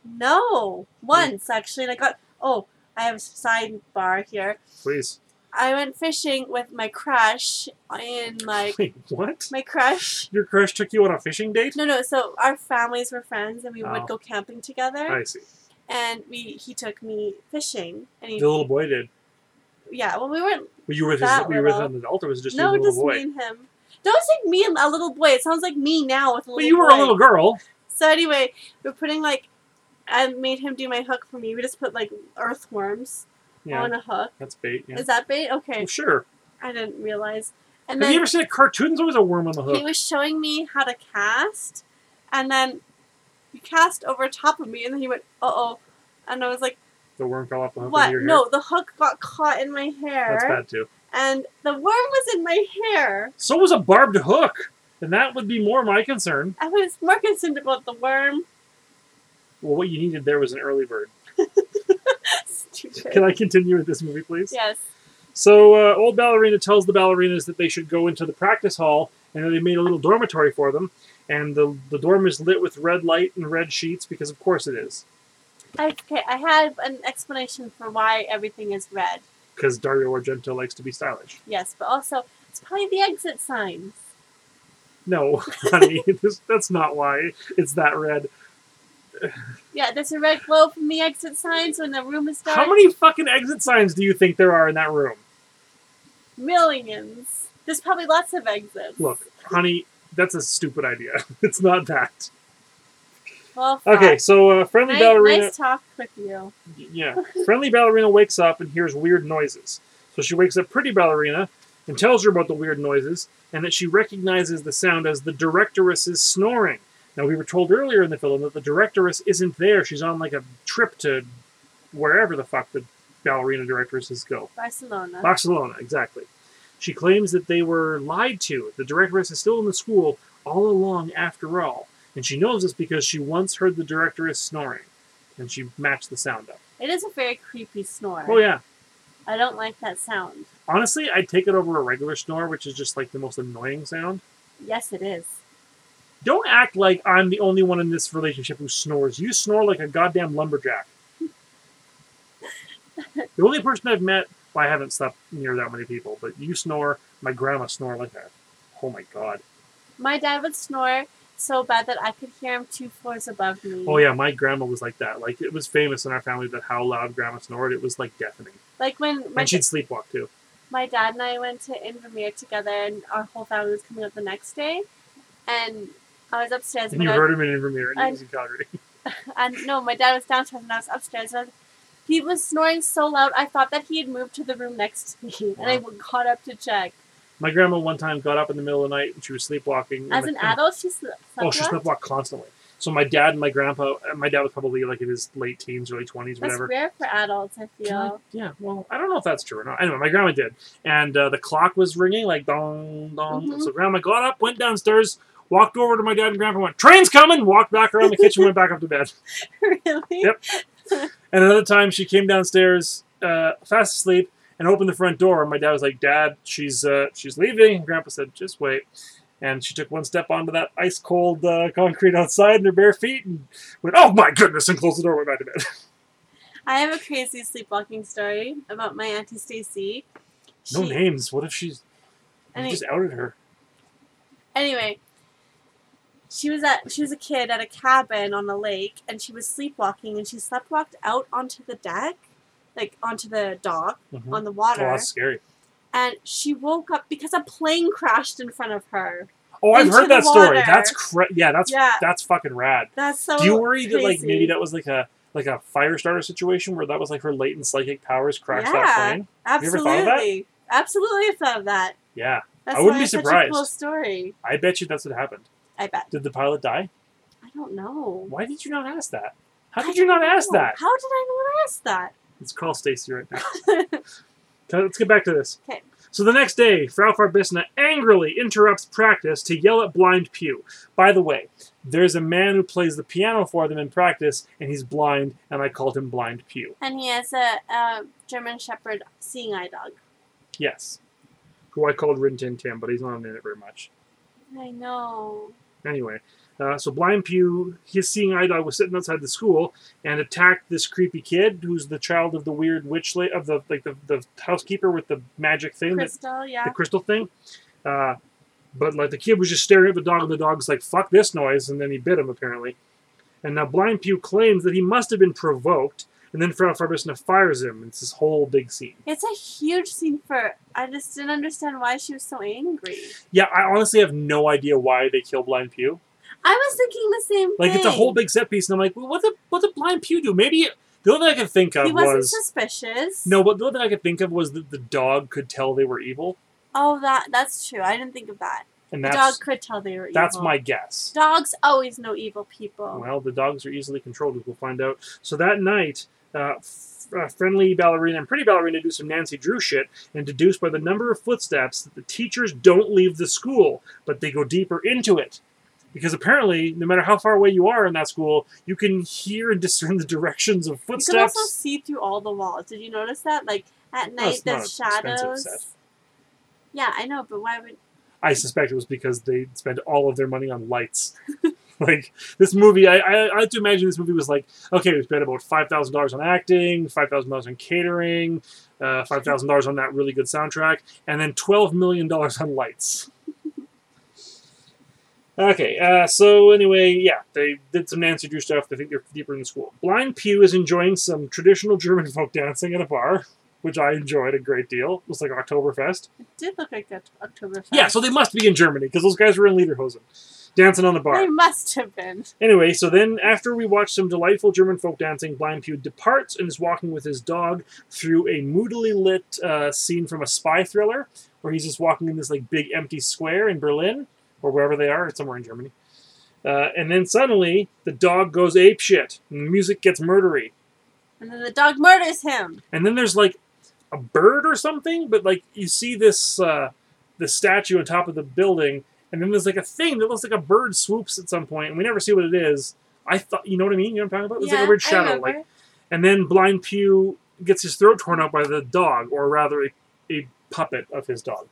[SPEAKER 3] No, once actually, and I got. Oh, I have a sidebar here.
[SPEAKER 2] Please.
[SPEAKER 3] I went fishing with my crush in like
[SPEAKER 2] Wait, what?
[SPEAKER 3] my crush.
[SPEAKER 2] Your crush took you on a fishing date?
[SPEAKER 3] No, no. So our families were friends, and we
[SPEAKER 2] Oh.
[SPEAKER 3] would go camping together.
[SPEAKER 2] I see.
[SPEAKER 3] And we he took me fishing, and he
[SPEAKER 2] The little boy did.
[SPEAKER 3] yeah. Well, we weren't.
[SPEAKER 2] Were you with his,
[SPEAKER 3] That
[SPEAKER 2] were you with
[SPEAKER 3] little.
[SPEAKER 2] an adult, or was it just
[SPEAKER 3] no,
[SPEAKER 2] a little
[SPEAKER 3] just
[SPEAKER 2] boy?
[SPEAKER 3] me and him. Don't say me and a little boy. It sounds like me now with a little.
[SPEAKER 2] Well, you were
[SPEAKER 3] boy.
[SPEAKER 2] a little girl.
[SPEAKER 3] So anyway, we're putting like. I made him do my hook for me. We just put like earthworms
[SPEAKER 2] Yeah,
[SPEAKER 3] on a hook.
[SPEAKER 2] that's bait. Yeah.
[SPEAKER 3] Is that bait? Okay,
[SPEAKER 2] Well, sure.
[SPEAKER 3] I didn't realize. And
[SPEAKER 2] Have
[SPEAKER 3] then
[SPEAKER 2] you ever seen a cartoon? There's always a worm on the
[SPEAKER 3] he
[SPEAKER 2] hook.
[SPEAKER 3] was showing me how to cast, and then he cast over top of me, and then he went, "Uh oh," and I was like.
[SPEAKER 2] The worm fell off the hook.
[SPEAKER 3] What?
[SPEAKER 2] Into your
[SPEAKER 3] No, the hook got caught in my
[SPEAKER 2] hair. that's
[SPEAKER 3] hair,
[SPEAKER 2] bad too.
[SPEAKER 3] and the worm was in my hair.
[SPEAKER 2] So was a barbed hook, and that would be more my concern.
[SPEAKER 3] I was more concerned about the worm.
[SPEAKER 2] Well, what you needed there was an early bird. Can
[SPEAKER 3] Stupid.
[SPEAKER 2] I continue with this movie, please?
[SPEAKER 3] Yes.
[SPEAKER 2] So, uh, old ballerina tells the ballerinas that they should go into the practice hall, and then they made a little dormitory for them. And the the dorm is lit with red light and red sheets because, of course, it is.
[SPEAKER 3] Okay, I have an explanation for why everything is red.
[SPEAKER 2] Because Dario Argento likes to be stylish.
[SPEAKER 3] Yes, but also it's probably the exit signs.
[SPEAKER 2] No, honey, this, that's not why it's that red.
[SPEAKER 3] Yeah, there's a red glow from the exit signs when the room is dark.
[SPEAKER 2] How many fucking exit signs do you think there are in that room?
[SPEAKER 3] millions? There's probably lots of exits.
[SPEAKER 2] Look, honey, that's a stupid idea. It's not that.
[SPEAKER 3] Well, fuck.
[SPEAKER 2] Okay, so uh, friendly
[SPEAKER 3] Nice-
[SPEAKER 2] ballerina,
[SPEAKER 3] nice talk with you.
[SPEAKER 2] yeah, friendly ballerina wakes up and hears weird noises. So she wakes up pretty ballerina and tells her about the weird noises and that she recognizes the sound as the directoress's snoring. Now we were told earlier in the film that the directoress isn't there. She's on like a trip to wherever the fuck the ballerina directresses go.
[SPEAKER 3] Barcelona.
[SPEAKER 2] Barcelona, exactly. She claims that they were lied to. The directress is still in the school all along, after all. And she knows this because she once heard the directress snoring. And she matched the sound up.
[SPEAKER 3] it is a very creepy snore.
[SPEAKER 2] Oh, yeah.
[SPEAKER 3] I don't like that sound.
[SPEAKER 2] Honestly, I'd take it over a regular snore, which is just like the most annoying sound.
[SPEAKER 3] Yes, it is.
[SPEAKER 2] Don't act like I'm the only one in this relationship who snores. You snore like a goddamn lumberjack. the only person I've met, well, I haven't slept near that many people, but you snore. My grandma snore like a, oh my god.
[SPEAKER 3] My dad would snore so bad that I could hear him two floors above me.
[SPEAKER 2] Oh yeah, my grandma was like that. Like it was famous in our family that how loud grandma snored. It was like deafening,
[SPEAKER 3] Like when my,
[SPEAKER 2] and she'd sleepwalk too.
[SPEAKER 3] my dad and I went to Invermere together, and our whole family was coming up the next day, and I was upstairs.
[SPEAKER 2] And
[SPEAKER 3] my
[SPEAKER 2] you
[SPEAKER 3] dad-
[SPEAKER 2] heard him in Invermere, and he
[SPEAKER 3] I-
[SPEAKER 2] was in Calgary.
[SPEAKER 3] and no, my dad was downstairs, and I was upstairs. And I was- he was snoring so loud, I thought that he had moved to the room next to me, and I got up to check.
[SPEAKER 2] My grandma one time got up in the middle of the night and she was sleepwalking. and
[SPEAKER 3] As
[SPEAKER 2] the-
[SPEAKER 3] an adult, she sl- slept
[SPEAKER 2] Oh, she
[SPEAKER 3] well?
[SPEAKER 2] sleepwalked constantly. So my dad and my grandpa, uh, my dad was probably like in his late teens, early twenties,
[SPEAKER 3] That's
[SPEAKER 2] whatever.
[SPEAKER 3] rare for adults, I feel.
[SPEAKER 2] Yeah, well, I don't know if that's true or not. Anyway, my grandma did, and uh, the clock was ringing like dong dong.
[SPEAKER 3] Mhm.
[SPEAKER 2] So grandma got up, went downstairs, walked over to my dad and grandpa, went train's coming, walked back around the kitchen, went back up to bed.
[SPEAKER 3] really?
[SPEAKER 2] Yep. And another time she came downstairs, uh, fast asleep, and opened the front door. And my dad was like, "Dad, she's uh, she's leaving." And grandpa said, "Just wait." And she took one step onto that ice cold uh, concrete outside in her bare feet and went, "Oh my goodness!" and closed the door, and went back to bed.
[SPEAKER 3] I have a crazy sleepwalking story about my auntie Stacy.
[SPEAKER 2] No
[SPEAKER 3] She-
[SPEAKER 2] names. What if she's?
[SPEAKER 3] I
[SPEAKER 2] you
[SPEAKER 3] mean-
[SPEAKER 2] just outed her.
[SPEAKER 3] Anyway, she was at she was a kid at a cabin on a lake, and she was sleepwalking, and she sleptwalked out onto the deck, like onto the dock
[SPEAKER 2] Mhm.
[SPEAKER 3] on the
[SPEAKER 2] Oh,
[SPEAKER 3] water,
[SPEAKER 2] that's scary.
[SPEAKER 3] and she woke up because a plane crashed in front of her.
[SPEAKER 2] Oh, I've
[SPEAKER 3] into
[SPEAKER 2] heard
[SPEAKER 3] the
[SPEAKER 2] that story.
[SPEAKER 3] water.
[SPEAKER 2] That's cra- yeah, that's
[SPEAKER 3] Yeah.
[SPEAKER 2] that's fucking rad.
[SPEAKER 3] That's so.
[SPEAKER 2] Do you worry that like
[SPEAKER 3] crazy.
[SPEAKER 2] maybe that was like a like a fire starter situation where that was like her latent psychic powers crashed that
[SPEAKER 3] Yeah.
[SPEAKER 2] plane? you ever
[SPEAKER 3] absolutely,
[SPEAKER 2] thought of that?
[SPEAKER 3] absolutely, I thought of that.
[SPEAKER 2] Yeah,
[SPEAKER 3] That's
[SPEAKER 2] I wouldn't
[SPEAKER 3] why
[SPEAKER 2] be
[SPEAKER 3] it's Such a cool
[SPEAKER 2] surprised.
[SPEAKER 3] story.
[SPEAKER 2] I bet you that's what happened.
[SPEAKER 3] I bet.
[SPEAKER 2] Did the pilot die?
[SPEAKER 3] I don't know.
[SPEAKER 2] Why did you not ask that? How
[SPEAKER 3] I
[SPEAKER 2] did you
[SPEAKER 3] don't
[SPEAKER 2] not ask
[SPEAKER 3] know.
[SPEAKER 2] that?
[SPEAKER 3] How did I not ask that?
[SPEAKER 2] Let's call Stacy right now. Okay, Let's get back to this.
[SPEAKER 3] 'Kay.
[SPEAKER 2] So the next day, Frau Farbissina angrily interrupts practice to yell at blind Pew. By the way, there's a man who plays the piano for them in practice, and he's blind, and I called him Blind Pew.
[SPEAKER 3] And he has a, a German Shepherd seeing eye dog.
[SPEAKER 2] Yes. Who I called Rin Tin Tin, but he's not in it very much.
[SPEAKER 3] I know.
[SPEAKER 2] Anyway, uh, so Blind Pew, his seeing eye dog, was sitting outside the school and attacked this creepy kid who's the child of the weird witch, la- of the like the, the housekeeper with the magic thing, that,
[SPEAKER 3] Crystal, yeah.
[SPEAKER 2] the crystal thing. Uh, but like the kid was just staring at the dog, and the dog's like, "Fuck this noise!" and then he bit him apparently. And now Blind Pew claims that he must have been provoked, and then Frau Farbissina fires him. It's this whole big scene.
[SPEAKER 3] It's a huge scene for. I just didn't understand why she was so angry.
[SPEAKER 2] Yeah, I honestly have no idea why they kill Blind Pew.
[SPEAKER 3] I was thinking the same
[SPEAKER 2] Like
[SPEAKER 3] thing.
[SPEAKER 2] it's a whole big set piece, and I'm like, well, what the what did blind Pew do? Maybe the only thing I could think of
[SPEAKER 3] He wasn't
[SPEAKER 2] was
[SPEAKER 3] suspicious.
[SPEAKER 2] no, but the only thing I could think of was that the dog could tell they were evil,
[SPEAKER 3] Oh, that that's true. I didn't think of that.
[SPEAKER 2] and
[SPEAKER 3] The
[SPEAKER 2] that's
[SPEAKER 3] dog could tell they were
[SPEAKER 2] that's
[SPEAKER 3] evil.
[SPEAKER 2] my guess.
[SPEAKER 3] Dogs always know evil people.
[SPEAKER 2] Well, the dogs are easily controlled, as we'll find out. So that night, uh, f- uh, friendly ballerina and pretty ballerina do some Nancy Drew shit and deduce by the number of footsteps that the teachers don't leave the school, but they go deeper into it. Because apparently, no matter how far away you are in that school, you can hear and discern the directions of
[SPEAKER 3] you could
[SPEAKER 2] footsteps.
[SPEAKER 3] also see through all the walls. Did you notice that? Like at night,
[SPEAKER 2] it's not
[SPEAKER 3] there's
[SPEAKER 2] an expensive
[SPEAKER 3] shadows.
[SPEAKER 2] set.
[SPEAKER 3] Yeah, I know, but why would
[SPEAKER 2] I suspect it was because they spent all of their money on lights. like this movie, I, I I have to imagine this movie was like, okay, we spent about five thousand dollars on acting, five thousand dollars on catering, uh, five thousand dollars on that really good soundtrack, and then twelve million dollars on lights. Okay, uh, so anyway, yeah, they did some Nancy Drew stuff. They think they're deeper in the school. Blind Pew is enjoying some traditional German folk dancing at a bar, which I enjoyed a great deal. It was like Oktoberfest.
[SPEAKER 3] it did look like Oct- Oktoberfest?
[SPEAKER 2] Yeah, so they must be in Germany because those guys were in Lederhosen, dancing on the bar.
[SPEAKER 3] They must have been.
[SPEAKER 2] Anyway, so then after we watch some delightful German folk dancing, Blind Pew departs and is walking with his dog through a moodily lit uh, scene from a spy thriller, where he's just walking in this like big empty square in Berlin or wherever they are, it's somewhere in Germany. Uh, and then suddenly the dog goes apeshit, and the music gets murdery.
[SPEAKER 3] And then the dog murders him.
[SPEAKER 2] And then there's like a bird or something, but like you see this uh, this statue on top of the building, and then there's like a thing that looks like a bird swoops at some point, and we never see what it is. I thought, you know what I mean? You know what I'm talking about? It's
[SPEAKER 3] yeah,
[SPEAKER 2] like a weird
[SPEAKER 3] I
[SPEAKER 2] shadow.
[SPEAKER 3] remember.
[SPEAKER 2] Like, and then Blind Pew gets his throat torn out by the dog, or rather, a, a puppet of his dog.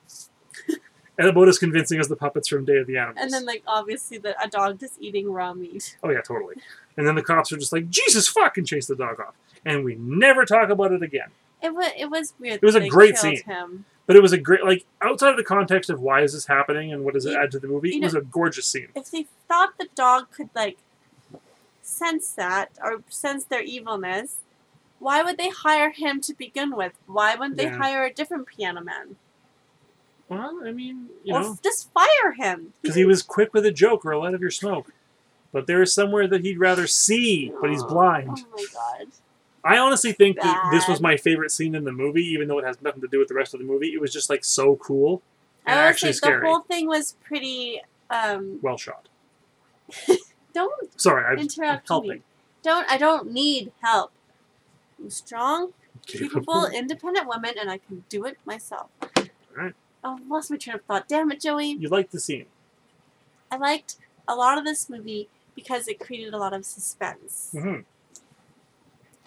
[SPEAKER 2] and about as convincing as the puppets from Day of the Animals.
[SPEAKER 3] and then like obviously the, a dog just eating raw meat.
[SPEAKER 2] Oh yeah, totally. And then the cops are just like, Jesus fuck, and chase the dog off. And we never talk about it again.
[SPEAKER 3] It was it was weird.
[SPEAKER 2] It was
[SPEAKER 3] that
[SPEAKER 2] a
[SPEAKER 3] they
[SPEAKER 2] great
[SPEAKER 3] killed
[SPEAKER 2] scene.
[SPEAKER 3] Him.
[SPEAKER 2] But it was a great, like, outside of the context of why is this happening and what does it
[SPEAKER 3] You-
[SPEAKER 2] add to the movie,
[SPEAKER 3] you
[SPEAKER 2] it
[SPEAKER 3] know-
[SPEAKER 2] was a gorgeous scene.
[SPEAKER 3] If they thought the dog could like sense that or sense their evilness, why would they hire him to begin with? Why wouldn't they
[SPEAKER 2] Yeah.
[SPEAKER 3] hire a different piano man
[SPEAKER 2] Well, I mean, you
[SPEAKER 3] or
[SPEAKER 2] know,
[SPEAKER 3] f- just fire him?
[SPEAKER 2] because he was quick with a joke or a light of your smoke. But there is somewhere that he'd rather see, but he's blind.
[SPEAKER 3] Oh my god!
[SPEAKER 2] I honestly think that this was
[SPEAKER 3] Bad.
[SPEAKER 2] my favorite scene in the movie, even though it has nothing to do with the rest of the movie. It was just like so cool. and
[SPEAKER 3] I was
[SPEAKER 2] actually
[SPEAKER 3] like,
[SPEAKER 2] scary.
[SPEAKER 3] the whole thing was pretty. Um,
[SPEAKER 2] well shot.
[SPEAKER 3] don't
[SPEAKER 2] Sorry, I'm, I'm
[SPEAKER 3] interrupt me.
[SPEAKER 2] helping.
[SPEAKER 3] Don't I don't need help. I'm strong, capable,
[SPEAKER 2] Capable.
[SPEAKER 3] independent woman, and I can do it myself.
[SPEAKER 2] Alright.
[SPEAKER 3] Oh, I lost my train of thought. Damn it, Joey.
[SPEAKER 2] You like the scene.
[SPEAKER 3] I liked a lot of this movie because it created a lot of suspense.
[SPEAKER 2] hmm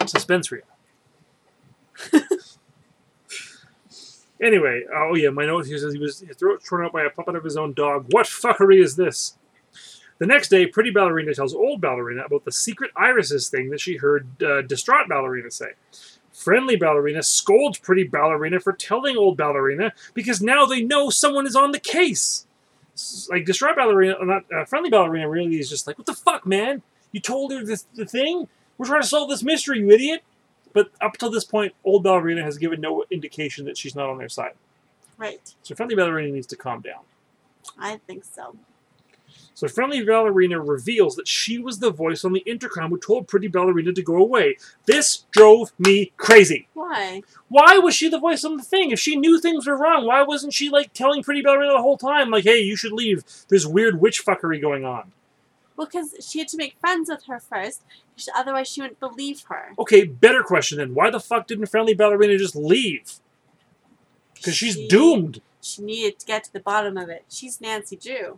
[SPEAKER 2] Suspense reel. anyway, oh yeah, my note here says he was his throat torn out by a puppet of his own dog. What fuckery is this? The next day, Pretty Ballerina tells Old Ballerina about the secret irises thing that she heard uh, Distraught Ballerina say. Friendly Ballerina scolds Pretty Ballerina for telling Old Ballerina because now they know someone is on the case. S- Like Distraught Ballerina, uh, not uh, Friendly Ballerina, really is just like, what the fuck, man? You told her this the thing. We're trying to solve this mystery, you idiot. But up till this point, old ballerina has given no indication that she's not on their side.
[SPEAKER 3] Right.
[SPEAKER 2] So friendly ballerina needs to calm down.
[SPEAKER 3] I think so.
[SPEAKER 2] So friendly ballerina reveals that she was the voice on the intercom who told pretty ballerina to go away. This drove me crazy.
[SPEAKER 3] Why?
[SPEAKER 2] Why was she the voice on the thing? If she knew things were wrong, why wasn't she like telling pretty ballerina the whole time, like, hey, you should leave. There's weird witch fuckery going on.
[SPEAKER 3] Well, because she had to make friends with her first, 'cause otherwise she wouldn't believe her.
[SPEAKER 2] Okay, better question then. Why the fuck didn't friendly ballerina just leave? Because she's
[SPEAKER 3] She-
[SPEAKER 2] doomed.
[SPEAKER 3] She needed to get to the bottom of it. She's Nancy Drew.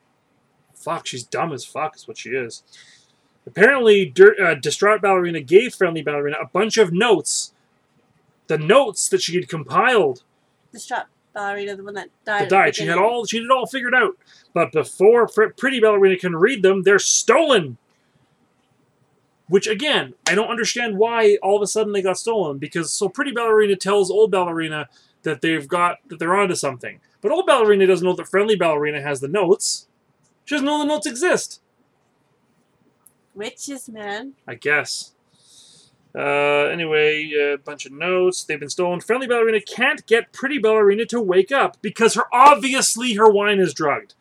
[SPEAKER 2] Fuck, she's dumb as fuck, is what she is. Apparently, Dir- uh, Distraught Ballerina gave Friendly Ballerina a bunch of notes. The notes that she had compiled
[SPEAKER 3] The strap ballerina, the one that died.
[SPEAKER 2] that
[SPEAKER 3] at the
[SPEAKER 2] died. She had
[SPEAKER 3] beginning.
[SPEAKER 2] all she had it all figured out. But before Fr- Pretty Ballerina can read them, they're stolen. Which again, I don't understand why all of a sudden they got stolen. Because so Pretty Ballerina tells Old Ballerina that they've got that they're onto something. But Old Ballerina doesn't know that Friendly Ballerina has the notes. She doesn't know the notes exist.
[SPEAKER 3] Witches, man.
[SPEAKER 2] I guess. Uh, anyway, a bunch of notes. They've been stolen. Friendly ballerina can't get pretty ballerina to wake up because her obviously her wine is drugged.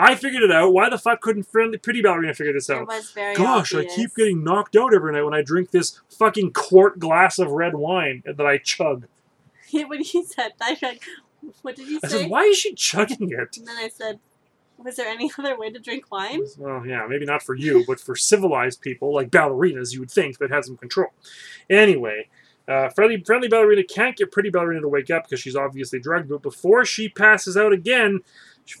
[SPEAKER 2] I figured it out. Why the fuck couldn't friendly pretty ballerina figure this
[SPEAKER 3] it
[SPEAKER 2] out?
[SPEAKER 3] was very
[SPEAKER 2] Gosh, I
[SPEAKER 3] obvious.
[SPEAKER 2] keep getting knocked out every night when I drink this fucking quart glass of red wine that I chug.
[SPEAKER 3] when he said that, I'm like, what did he
[SPEAKER 2] I
[SPEAKER 3] say?
[SPEAKER 2] said, why is she chugging it?
[SPEAKER 3] And then I said, was there any other way to drink wine?
[SPEAKER 2] Well, yeah, maybe not for you, but for civilized people like ballerinas, you would think that had some control. Anyway, uh, friendly, friendly ballerina can't get pretty ballerina to wake up because she's obviously drugged, but before she passes out again,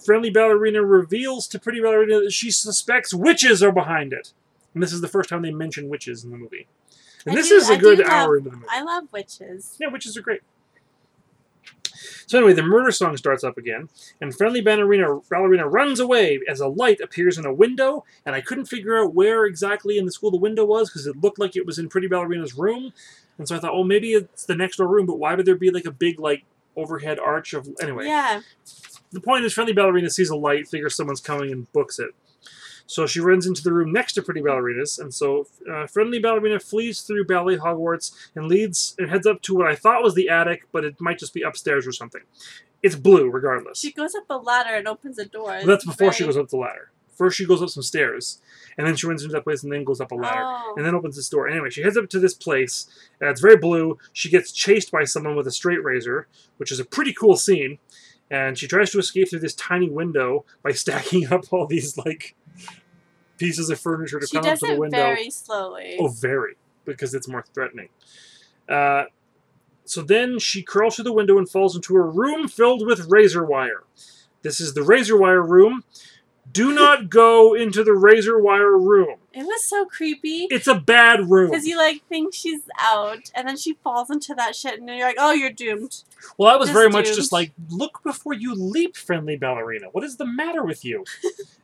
[SPEAKER 2] friendly ballerina reveals to pretty ballerina that she suspects witches are behind it. And this is the first time they mention witches in the movie. And
[SPEAKER 3] I
[SPEAKER 2] this
[SPEAKER 3] do-
[SPEAKER 2] is a
[SPEAKER 3] I do
[SPEAKER 2] good
[SPEAKER 3] love-
[SPEAKER 2] hour into the movie.
[SPEAKER 3] I love witches.
[SPEAKER 2] Yeah, witches are great. So anyway, the murder song starts up again, and friendly ballerina ballerina runs away as a light appears in a window, and I couldn't figure out where exactly in the school the window was because it looked like it was in Pretty Ballerina's room, and so I thought, oh, maybe it's the next door room, but why would there be like a big like overhead arch of anyway?
[SPEAKER 3] Yeah.
[SPEAKER 2] The point is, friendly ballerina sees a light, figures someone's coming, and books it. So she runs into the room next to Pretty Ballerinas, and so uh, friendly ballerina flees through Ballet Hogwarts and leads and heads up to what I thought was the attic, but it might just be upstairs or something. It's blue, regardless.
[SPEAKER 3] She goes up a ladder and opens a door.
[SPEAKER 2] But that's before she goes up the ladder. First, she goes up some stairs, and then she runs into that place, and then goes up a ladder
[SPEAKER 3] Oh.
[SPEAKER 2] and then opens this door. Anyway, she heads up to this place. Uh, it's very blue. She gets chased by someone with a straight razor, which is a pretty cool scene. And she tries to escape through this tiny window by stacking up all these like pieces of furniture to
[SPEAKER 3] she
[SPEAKER 2] come up
[SPEAKER 3] does
[SPEAKER 2] to the
[SPEAKER 3] it
[SPEAKER 2] window.
[SPEAKER 3] very slowly.
[SPEAKER 2] Oh, very, because it's more threatening. Uh, so then she crawls through the window and falls into a room filled with razor wire. This is the razor wire room. Do not go into the razor wire room.
[SPEAKER 3] It was so creepy.
[SPEAKER 2] It's a bad room.
[SPEAKER 3] Because you like think she's out, and then she falls into that shit, and you're like, "Oh, you're doomed."
[SPEAKER 2] Well, I was
[SPEAKER 3] Just
[SPEAKER 2] very much
[SPEAKER 3] doomed.
[SPEAKER 2] just like, look before you leap, friendly ballerina. What is the matter with you?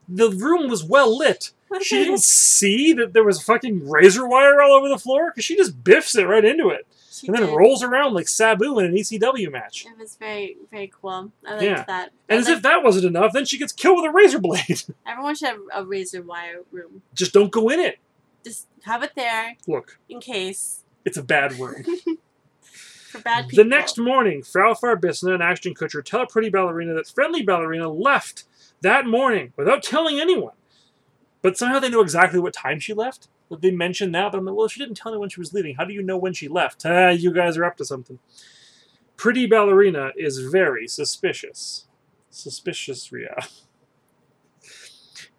[SPEAKER 2] the room was well lit. She didn't see that there was fucking razor wire all over the floor because she just biffs it right into it
[SPEAKER 3] She
[SPEAKER 2] and then
[SPEAKER 3] did.
[SPEAKER 2] rolls around like Sabu in an ECW match.
[SPEAKER 3] It was very, very cool. I liked
[SPEAKER 2] Yeah.
[SPEAKER 3] that.
[SPEAKER 2] And
[SPEAKER 3] I
[SPEAKER 2] as
[SPEAKER 3] liked-
[SPEAKER 2] if that wasn't enough, then she gets killed with a razor blade.
[SPEAKER 3] everyone should have a razor wire room,
[SPEAKER 2] just don't go in it.
[SPEAKER 3] just have it there
[SPEAKER 2] Look,
[SPEAKER 3] in case
[SPEAKER 2] it's a bad room.
[SPEAKER 3] for bad people.
[SPEAKER 2] The next morning, Frau Farbissina and Ashton Kutcher tell a pretty ballerina that friendly ballerina left that morning without telling anyone. But somehow they know exactly what time she left. But they mention that, but I'm like, well, she didn't tell me when she was leaving. How do you know when she left? Ah, you guys are up to something. Pretty ballerina is very suspicious. Suspicious Ria.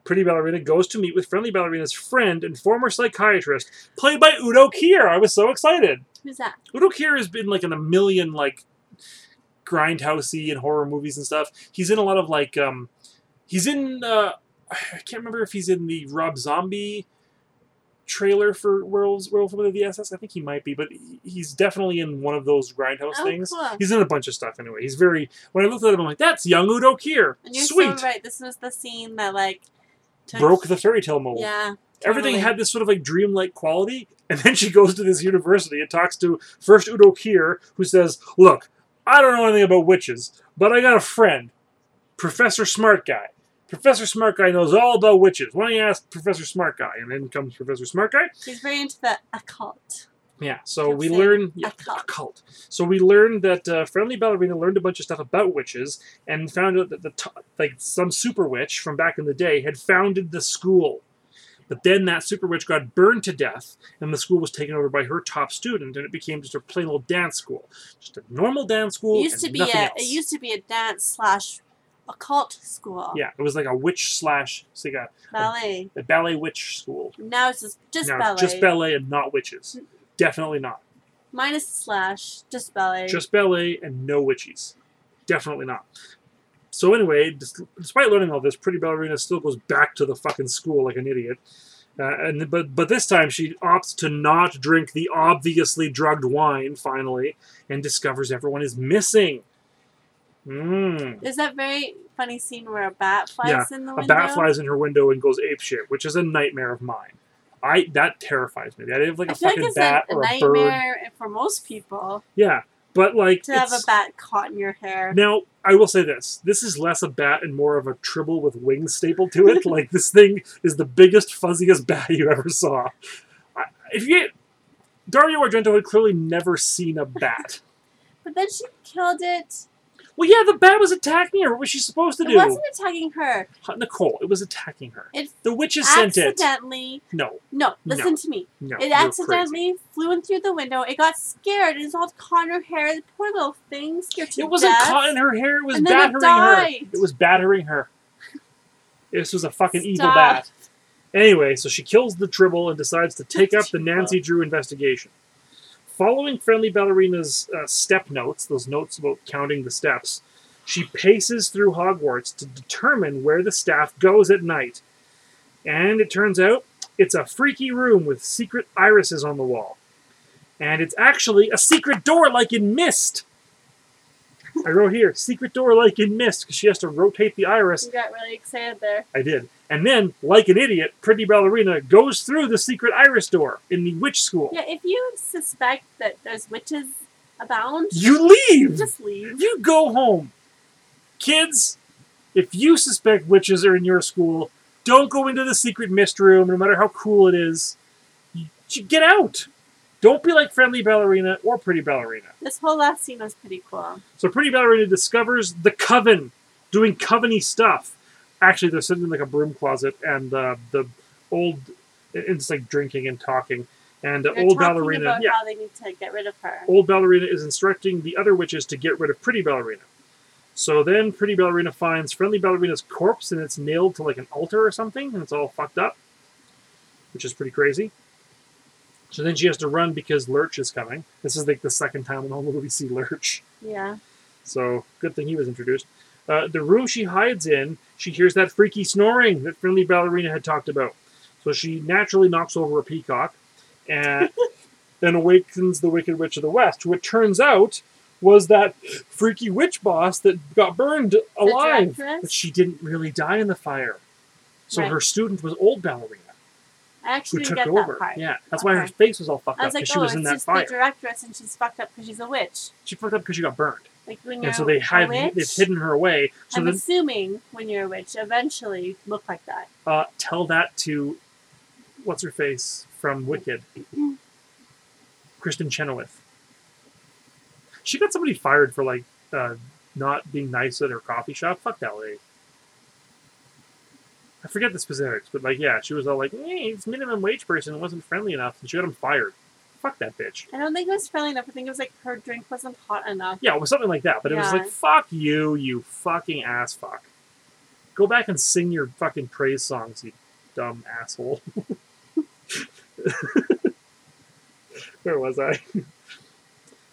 [SPEAKER 2] Pretty Ballerina goes to meet with Friendly Ballerina's friend and former psychiatrist, played by Udo Kier. I was so excited.
[SPEAKER 3] Who's that?
[SPEAKER 2] Udo Kier has been like in a million like grindhousey and horror movies and stuff. He's in a lot of like um he's in uh I can't remember if he's in the Rob Zombie trailer for Werewolves Werewolf of the SS. I think he might be, but he- he's definitely in one of those grindhouse
[SPEAKER 3] Oh,
[SPEAKER 2] things.
[SPEAKER 3] cool.
[SPEAKER 2] He's in a bunch of stuff anyway. He's very when I looked at him I'm like that's young Udo Kier.
[SPEAKER 3] And you're
[SPEAKER 2] Sweet.
[SPEAKER 3] so right. This was the scene that like took,
[SPEAKER 2] Broke the fairy tale mold.
[SPEAKER 3] Yeah.
[SPEAKER 2] Everything
[SPEAKER 3] totally.
[SPEAKER 2] had this sort of like dreamlike quality, and then she goes to this university and talks to first Udo Kier, who says, "Look, I don't know anything about witches, but I got a friend, Professor Smart Guy. Professor Smart Guy knows all about witches. Why don't you ask Professor Smart Guy?" And then comes Professor Smart Guy.
[SPEAKER 3] He's very into the occult.
[SPEAKER 2] Yeah. So
[SPEAKER 3] Don't
[SPEAKER 2] we
[SPEAKER 3] say
[SPEAKER 2] learn yeah,
[SPEAKER 3] occult.
[SPEAKER 2] occult. So we learned that uh, Friendly Ballerina learned a bunch of stuff about witches and found out that the t- like some super witch from back in the day had founded the school. But then that super witch got burned to death, and the school was taken over by her top student, and it became just a plain old dance school, just a normal dance school.
[SPEAKER 3] It used to
[SPEAKER 2] and
[SPEAKER 3] be
[SPEAKER 2] nothing
[SPEAKER 3] a
[SPEAKER 2] else.
[SPEAKER 3] it used to be a dance slash occult school.
[SPEAKER 2] yeah, it was like a witch slash it's like a,
[SPEAKER 3] Ballet.
[SPEAKER 2] a ballet witch school.
[SPEAKER 3] Now it's just, just
[SPEAKER 2] now,
[SPEAKER 3] ballet.
[SPEAKER 2] it's just ballet and not witches. Definitely not.
[SPEAKER 3] Minus slash. Just ballet.
[SPEAKER 2] just ballet and no witches. Definitely not. So anyway, des- despite learning all this, Pretty Ballerina still goes back to the fucking school like an idiot. Uh, and but but this time she opts to not drink the obviously drugged wine finally, and discovers everyone is missing. Mm.
[SPEAKER 3] There's that very funny scene where a bat flies
[SPEAKER 2] Yeah,
[SPEAKER 3] in the
[SPEAKER 2] A
[SPEAKER 3] window.
[SPEAKER 2] bat flies in her window and goes ape shit, which is a nightmare of mine. I that terrifies me. The idea of like
[SPEAKER 3] I
[SPEAKER 2] a
[SPEAKER 3] feel like
[SPEAKER 2] fucking
[SPEAKER 3] it's a,
[SPEAKER 2] bat
[SPEAKER 3] a
[SPEAKER 2] or a bird.
[SPEAKER 3] nightmare for most people
[SPEAKER 2] Yeah, but like
[SPEAKER 3] to have
[SPEAKER 2] it's-
[SPEAKER 3] a bat caught in your hair.
[SPEAKER 2] Now, I will say this. This is less a bat and more of a tribble with wings stapled to it. like, this thing is the biggest, fuzziest bat you ever saw. I- If you get. Dario Argento had clearly never seen a bat.
[SPEAKER 3] But then she killed it.
[SPEAKER 2] well, yeah, the bat was attacking her. What was she supposed to
[SPEAKER 3] It
[SPEAKER 2] do?
[SPEAKER 3] wasn't attacking her.
[SPEAKER 2] Huh, Nicole, it was attacking her.
[SPEAKER 3] It
[SPEAKER 2] the witches sent it.
[SPEAKER 3] accidentally.
[SPEAKER 2] No,
[SPEAKER 3] No,
[SPEAKER 2] No.
[SPEAKER 3] listen to me.
[SPEAKER 2] no.
[SPEAKER 3] it
[SPEAKER 2] you're
[SPEAKER 3] accidentally flew in through the window. It got scared. It was all caught in her hair. The poor little thing scared
[SPEAKER 2] crazy.
[SPEAKER 3] to
[SPEAKER 2] It wasn't
[SPEAKER 3] death.
[SPEAKER 2] caught in her hair. It was
[SPEAKER 3] And then
[SPEAKER 2] battering her.
[SPEAKER 3] it died.
[SPEAKER 2] It was battering her. This was a fucking evil
[SPEAKER 3] Stop.
[SPEAKER 2] bat. Anyway, so she kills the Tribble and decides to take up the Nancy Drew investigation. Following Friendly Ballerina's uh, step notes, those notes about counting the steps, she paces through Hogwarts to determine where the staff goes at night. And it turns out it's a freaky room with secret irises on the wall. And it's actually a secret door like in Mist. I wrote here, secret door like in Mist, because she has to rotate the iris
[SPEAKER 3] You got really excited there.
[SPEAKER 2] I did. And then, like an idiot, Pretty Ballerina goes through the secret iris door in the witch school.
[SPEAKER 3] Yeah, if you suspect that there's witches abound,
[SPEAKER 2] You leave!
[SPEAKER 3] just leave.
[SPEAKER 2] You go home. Kids, if you suspect witches are in your school, don't go into the secret mist room, no matter how cool it is. You- you Get out! Don't be like Friendly Ballerina or Pretty Ballerina.
[SPEAKER 3] This whole last scene was pretty cool.
[SPEAKER 2] So Pretty Ballerina discovers the coven doing coveny stuff. Actually, they're sitting in like a broom closet, and uh, the old it's like drinking and talking. And uh,
[SPEAKER 3] They're
[SPEAKER 2] old
[SPEAKER 3] talking
[SPEAKER 2] ballerina,
[SPEAKER 3] about
[SPEAKER 2] yeah,
[SPEAKER 3] how they need to get rid of her.
[SPEAKER 2] old ballerina is instructing the other witches to get rid of Pretty Ballerina. So then Pretty Ballerina finds Friendly Ballerina's corpse, and it's nailed to like an altar or something, and it's all fucked up, which is pretty crazy. So then she has to run because Lurch is coming. This is like the second time in the whole movie we see Lurch.
[SPEAKER 3] Yeah.
[SPEAKER 2] So good thing he was introduced. Uh, the room she hides in, she hears that freaky snoring that friendly ballerina had talked about. So she naturally knocks over a peacock and and awakens the Wicked Witch of the West, who it turns out was that freaky witch boss that got burned alive.
[SPEAKER 3] directress?
[SPEAKER 2] But she didn't really die in the fire. So
[SPEAKER 3] Right.
[SPEAKER 2] her student was old ballerina
[SPEAKER 3] I
[SPEAKER 2] who
[SPEAKER 3] actually
[SPEAKER 2] took
[SPEAKER 3] get
[SPEAKER 2] over.
[SPEAKER 3] that part.
[SPEAKER 2] Yeah, that's why her
[SPEAKER 3] Okay.
[SPEAKER 2] face was all fucked
[SPEAKER 3] I
[SPEAKER 2] up
[SPEAKER 3] was like,
[SPEAKER 2] because she
[SPEAKER 3] oh,
[SPEAKER 2] was
[SPEAKER 3] it's
[SPEAKER 2] in that
[SPEAKER 3] just
[SPEAKER 2] fire.
[SPEAKER 3] the directress and she's fucked up because she's a witch.
[SPEAKER 2] She fucked up because she got burned,
[SPEAKER 3] Like when you're
[SPEAKER 2] and so they
[SPEAKER 3] a
[SPEAKER 2] hide.
[SPEAKER 3] witch,
[SPEAKER 2] They've hidden her away. So
[SPEAKER 3] I'm
[SPEAKER 2] then
[SPEAKER 3] assuming when you're a witch, eventually you look like that.
[SPEAKER 2] uh, tell that to what's her face from Wicked, Kristen Chenoweth. She got somebody fired for like uh, not being nice at her coffee shop. Fuck that lady. I forget the specifics, but like, yeah, she was all like, hey, "This minimum wage person wasn't friendly enough," and she got him fired. fuck that bitch.
[SPEAKER 3] I don't think it was friendly enough. I think it was like her drink wasn't hot enough.
[SPEAKER 2] Yeah, it was something like that. But it was
[SPEAKER 3] Yeah.
[SPEAKER 2] like, fuck you, you fucking ass fuck. Go back and sing your fucking praise songs, you dumb asshole. Where was I?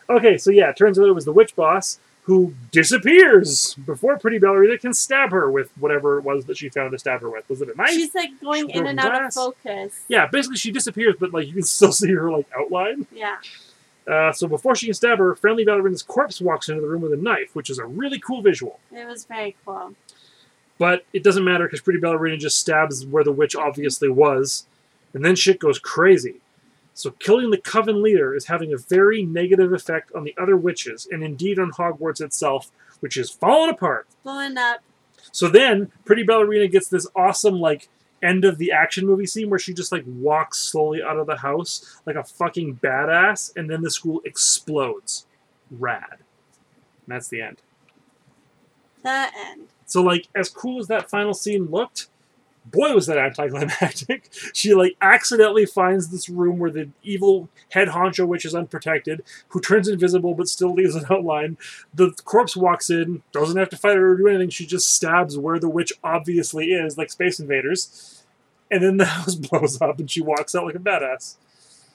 [SPEAKER 2] okay, so yeah, it turns out it was the witch boss who disappears before Pretty Ballerina can stab her with whatever it was that she found to stab her with. Was it a knife?
[SPEAKER 3] She's like going in
[SPEAKER 2] Broken
[SPEAKER 3] and out of
[SPEAKER 2] glass.
[SPEAKER 3] focus.
[SPEAKER 2] yeah, basically she disappears, but like you can still see her like outline.
[SPEAKER 3] Yeah.
[SPEAKER 2] Uh, so before she can stab her, friendly ballerina's corpse walks into the room with a knife, which is a really cool visual.
[SPEAKER 3] It was very cool.
[SPEAKER 2] But it doesn't matter because pretty ballerina just stabs where the witch obviously was, and then shit goes crazy. So killing the coven leader is having a very negative effect on the other witches, and indeed on Hogwarts itself, which is falling apart.
[SPEAKER 3] Blowing up.
[SPEAKER 2] So then, Pretty Ballerina gets this awesome like end of the action movie scene where she just like walks slowly out of the house like a fucking badass, and then the school explodes. Rad. And that's the end.
[SPEAKER 3] The end.
[SPEAKER 2] So like, as cool as that final scene looked, boy was that anticlimactic. she like accidentally finds this room where the evil head honcho witch is unprotected, who turns invisible but still leaves an outline. The corpse walks in, doesn't have to fight her or do anything. She just stabs where the witch obviously is, like Space Invaders, and then the house blows up and she walks out like a badass.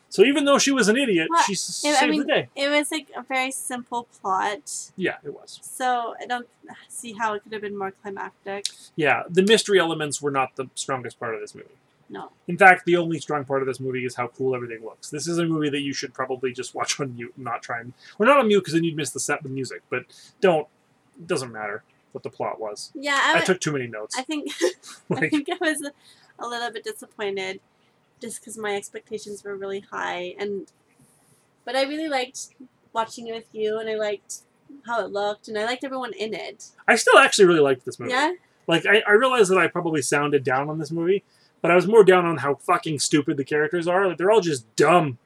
[SPEAKER 2] So even though she was an idiot,
[SPEAKER 3] Well,
[SPEAKER 2] she
[SPEAKER 3] I
[SPEAKER 2] saved
[SPEAKER 3] mean-
[SPEAKER 2] the day.
[SPEAKER 3] It was like a very simple plot.
[SPEAKER 2] Yeah, it was.
[SPEAKER 3] So I don't see how it could have been more climactic.
[SPEAKER 2] Yeah, the mystery elements were not the strongest part of this movie.
[SPEAKER 3] No.
[SPEAKER 2] In fact, the only strong part of this movie is how cool everything looks. This is a movie that you should probably just watch on mute, and not try and or not on mute because then you'd miss the set with music. But don't it doesn't matter what the plot was.
[SPEAKER 3] Yeah,
[SPEAKER 2] I,
[SPEAKER 3] I, w-
[SPEAKER 2] took too many notes.
[SPEAKER 3] I think I
[SPEAKER 2] like,
[SPEAKER 3] think I was a little bit disappointed just because my expectations were really high and but I really liked watching it with you and I liked how it looked and I liked everyone in it.
[SPEAKER 2] I still actually really liked this movie.
[SPEAKER 3] Yeah?
[SPEAKER 2] Like I, I realized that I probably sounded down on this movie, but I was more down on how fucking stupid the characters are. Like they're all just dumb.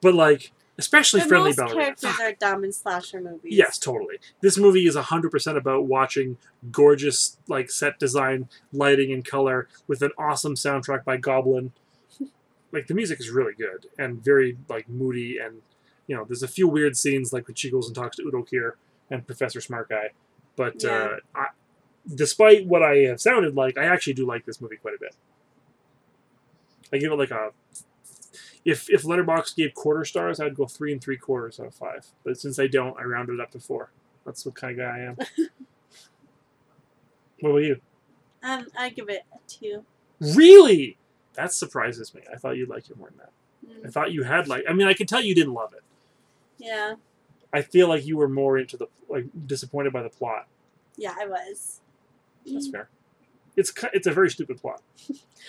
[SPEAKER 2] but like especially
[SPEAKER 3] But
[SPEAKER 2] friendly
[SPEAKER 3] most
[SPEAKER 2] ballerina.
[SPEAKER 3] characters are dumb in slasher movies.
[SPEAKER 2] Yes, totally. This movie is 100% about watching gorgeous like set design, lighting and color with an awesome soundtrack by Goblin. Like the music is really good and very like moody and you know, there's a few weird scenes like when she goes and talks to Udo Kier and Professor Smart Guy, but uh,
[SPEAKER 3] Yeah.
[SPEAKER 2] I, despite what I have sounded like, I actually do like this movie quite a bit. I give it like a if if Letterbox gave quarter stars, I'd go three and three quarters out of five. But since I don't, I rounded it up to four. That's what kind of guy I am. what about you?
[SPEAKER 3] Um I give it a two.
[SPEAKER 2] Really? That surprises me. I thought you'd like it more than that. I
[SPEAKER 3] Mm,
[SPEAKER 2] thought you had like. I mean, I could tell you didn't love it.
[SPEAKER 3] Yeah.
[SPEAKER 2] I feel like you were more into the like disappointed by the plot.
[SPEAKER 3] Yeah, I was. Mm.
[SPEAKER 2] That's fair. It's ki- it's a very stupid plot.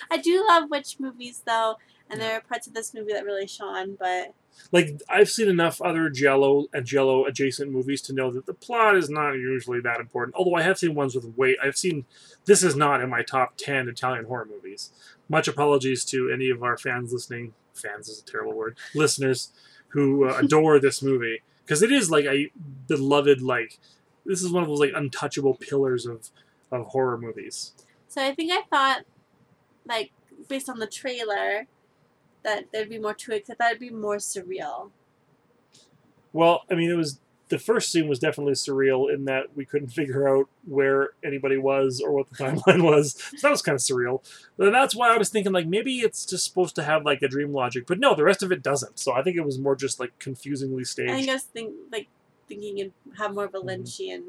[SPEAKER 3] I do love witch movies though, and there are parts of this movie that really shone, but
[SPEAKER 2] Like I've seen enough other Jello and Jello adjacent movies to know that the plot is not usually that important. Although I have seen ones with weight. I've seen this is not in my top ten Italian horror movies. Much apologies to any of our fans listening. Fans is a terrible word. Listeners who uh, adore this movie because it is like a beloved like this is one of those like untouchable pillars of of horror movies.
[SPEAKER 3] So I think I thought, like, based on the trailer, that there'd be more to it, 'cause I thought it'd be more surreal.
[SPEAKER 2] Well, I mean, it was the first scene was definitely surreal in that we couldn't figure out where anybody was or what the timeline was. So that was kind of surreal. And that's why I was thinking like maybe it's just supposed to have like a dream logic, but no, the rest of it doesn't. So I think it was more just like confusingly
[SPEAKER 3] I think
[SPEAKER 2] staged.
[SPEAKER 3] I was think, like thinking it'd have more of
[SPEAKER 2] Mm-hmm.
[SPEAKER 3] a Lynchian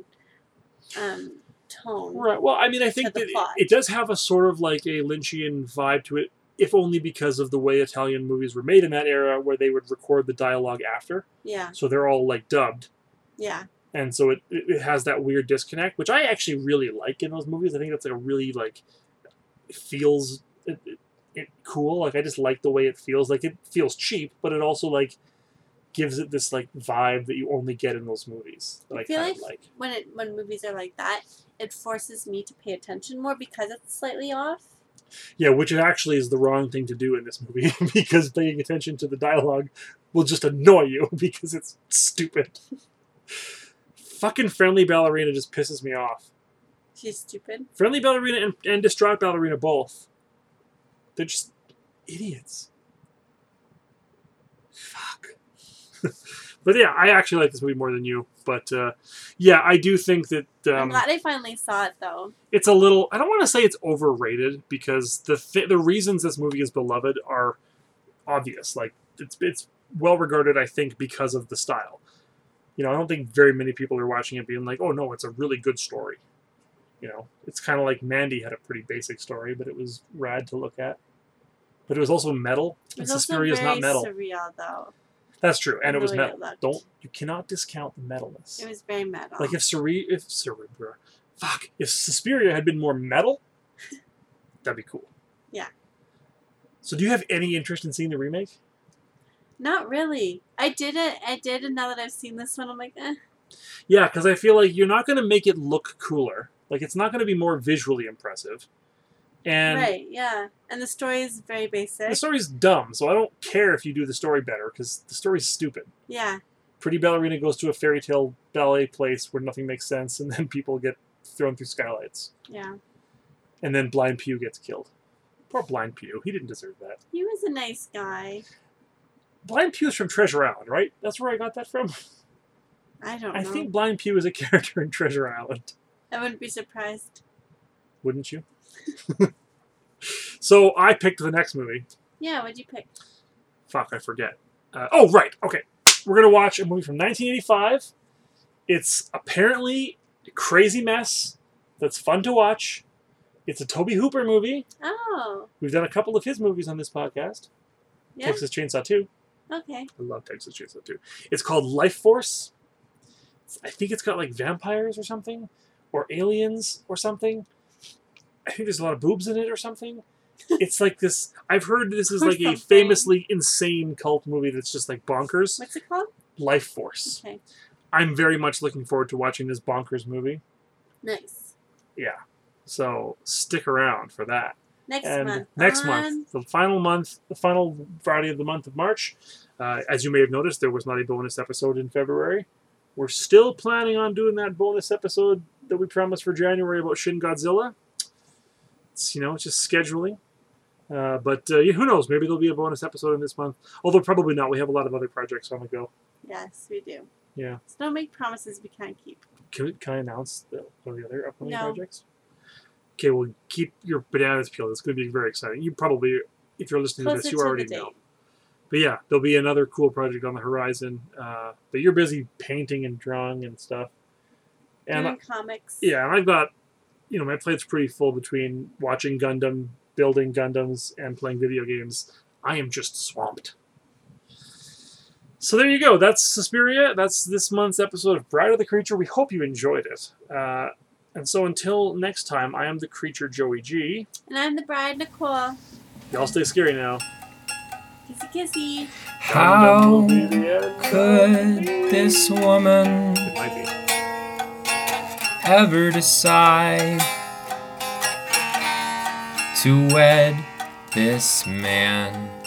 [SPEAKER 3] um, tone.
[SPEAKER 2] Right. Well, I mean, I think
[SPEAKER 3] the
[SPEAKER 2] that it-
[SPEAKER 3] plot.
[SPEAKER 2] it does have a sort of like a Lynchian vibe to it, if only because of the way Italian movies were made in that era, where they would record the dialogue after,
[SPEAKER 3] Yeah,
[SPEAKER 2] so they're all like dubbed.
[SPEAKER 3] yeah,
[SPEAKER 2] and so it, it it has that weird disconnect which i actually really like in those movies i think that's like a really like it feels it, it, it cool like i just like the way it feels like it feels cheap but it also like gives it this like vibe that you only get in those movies that i,
[SPEAKER 3] I feel
[SPEAKER 2] kind of
[SPEAKER 3] like-
[SPEAKER 2] like
[SPEAKER 3] When it when movies are like that, it forces me to pay attention more because it's slightly off.
[SPEAKER 2] yeah which actually is the wrong thing to do in this movie because paying attention to the dialogue will just annoy you because it's stupid fucking friendly ballerina just pisses me off
[SPEAKER 3] She's stupid.
[SPEAKER 2] Friendly Ballerina and, and Distraught Ballerina both. They're just idiots. But yeah, I actually like this movie more than you. But uh, yeah, I do think that
[SPEAKER 3] I'm
[SPEAKER 2] um,
[SPEAKER 3] glad I finally saw it though.
[SPEAKER 2] it's a little. I don't want to say it's overrated because the th- the reasons this movie is beloved are obvious. Like it's it's well regarded, I think, because of the style. You know, I don't think very many people are watching it being like, "Oh no, it's a really good story." You know, it's kind of like Mandy had a pretty basic story, but it was rad to look at. But it was also metal,
[SPEAKER 3] It
[SPEAKER 2] and
[SPEAKER 3] was also
[SPEAKER 2] Suspiria's
[SPEAKER 3] very
[SPEAKER 2] not metal.
[SPEAKER 3] surreal though.
[SPEAKER 2] That's true, and
[SPEAKER 3] the
[SPEAKER 2] it was
[SPEAKER 3] way
[SPEAKER 2] metal.
[SPEAKER 3] looked.
[SPEAKER 2] Don't you cannot discount the metalness.
[SPEAKER 3] It was very metal.
[SPEAKER 2] Like if Cere- if Cerebra, fuck, if Suspiria had been more metal, that'd be cool.
[SPEAKER 3] Yeah.
[SPEAKER 2] So do you have any interest in seeing the remake?
[SPEAKER 3] not really. I did it. I did, and now that I've seen this one, I'm like, eh.
[SPEAKER 2] Yeah, because I feel like you're not going to make it look cooler. Like it's not going to be more visually impressive, and
[SPEAKER 3] right, yeah. And the story is very basic.
[SPEAKER 2] the story's dumb. So I don't care if you do the story better because the story's stupid.
[SPEAKER 3] yeah,
[SPEAKER 2] Pretty ballerina goes to a fairy tale ballet place where nothing makes sense, and then people get thrown through skylights,
[SPEAKER 3] yeah.
[SPEAKER 2] and then Blind Pew gets killed. Poor Blind Pew, he didn't deserve that.
[SPEAKER 3] He was a nice guy.
[SPEAKER 2] Blind Pew's from Treasure Island, right? That's where I got that from.
[SPEAKER 3] I don't
[SPEAKER 2] I
[SPEAKER 3] know.
[SPEAKER 2] think Blind Pew is a character in Treasure Island,
[SPEAKER 3] I wouldn't be surprised.
[SPEAKER 2] wouldn't you? so I picked the next movie.
[SPEAKER 3] Yeah, what'd you pick?
[SPEAKER 2] Fuck, I forget. Uh, oh, right. Okay. We're going to watch a movie from 1985. It's apparently a crazy mess that's fun to watch. It's a Toby Hooper movie.
[SPEAKER 3] Oh,
[SPEAKER 2] We've done a couple of his movies on this podcast
[SPEAKER 3] yeah.
[SPEAKER 2] Texas Chainsaw 2.
[SPEAKER 3] Okay.
[SPEAKER 2] I love Texas Chainsaw 2. It's called Life Force. It's- I think it's got like vampires or something, or aliens or something. I think there's a lot of boobs in it or something. It's like this. I've heard this is
[SPEAKER 3] Or
[SPEAKER 2] like a
[SPEAKER 3] something.
[SPEAKER 2] famously insane cult movie that's just like bonkers.
[SPEAKER 3] What's it called?
[SPEAKER 2] Life Force.
[SPEAKER 3] Okay.
[SPEAKER 2] I'm very much looking forward to watching this bonkers movie.
[SPEAKER 3] Nice.
[SPEAKER 2] Yeah. So stick around for that
[SPEAKER 3] Next
[SPEAKER 2] and
[SPEAKER 3] month.
[SPEAKER 2] next
[SPEAKER 3] on-
[SPEAKER 2] month, the final month, the final Friday of the month of March. Uh, as you may have noticed, there was not a bonus episode in February. We're still planning on doing that bonus episode that we promised for January about Shin Godzilla. It's you know it's just scheduling, uh, but uh, yeah, who knows? Maybe there'll be a bonus episode in this month. Although probably not. We have a lot of other projects on the go.
[SPEAKER 3] Yes, we do.
[SPEAKER 2] Yeah.
[SPEAKER 3] So don't make promises we can't keep.
[SPEAKER 2] Can, can I announce the, one of the other upcoming
[SPEAKER 3] No.
[SPEAKER 2] projects? Okay, well keep your bananas peeled. It's going to be very exciting. You probably, if you're listening to
[SPEAKER 3] Closer
[SPEAKER 2] this,
[SPEAKER 3] to
[SPEAKER 2] you already
[SPEAKER 3] the date.
[SPEAKER 2] know. but yeah, there'll be another cool project on the horizon. Uh, but you're busy painting and drawing and stuff. And
[SPEAKER 3] Doing comics.
[SPEAKER 2] yeah, and I've got, you know, my plate's pretty full between watching Gundam, building Gundams, and playing video games. I am just swamped. So there you go. That's Suspiria. That's this month's episode of Bride of the Creature. We hope you enjoyed it. Uh, and so until next time, I am the creature Joey G.
[SPEAKER 3] And I'm the bride, Nicole.
[SPEAKER 2] Y'all stay scary now.
[SPEAKER 3] Kissy kissy.
[SPEAKER 2] Gundam will
[SPEAKER 1] How
[SPEAKER 2] be the end.
[SPEAKER 1] could this woman
[SPEAKER 2] uh, It might be.
[SPEAKER 1] ever decide to wed this man?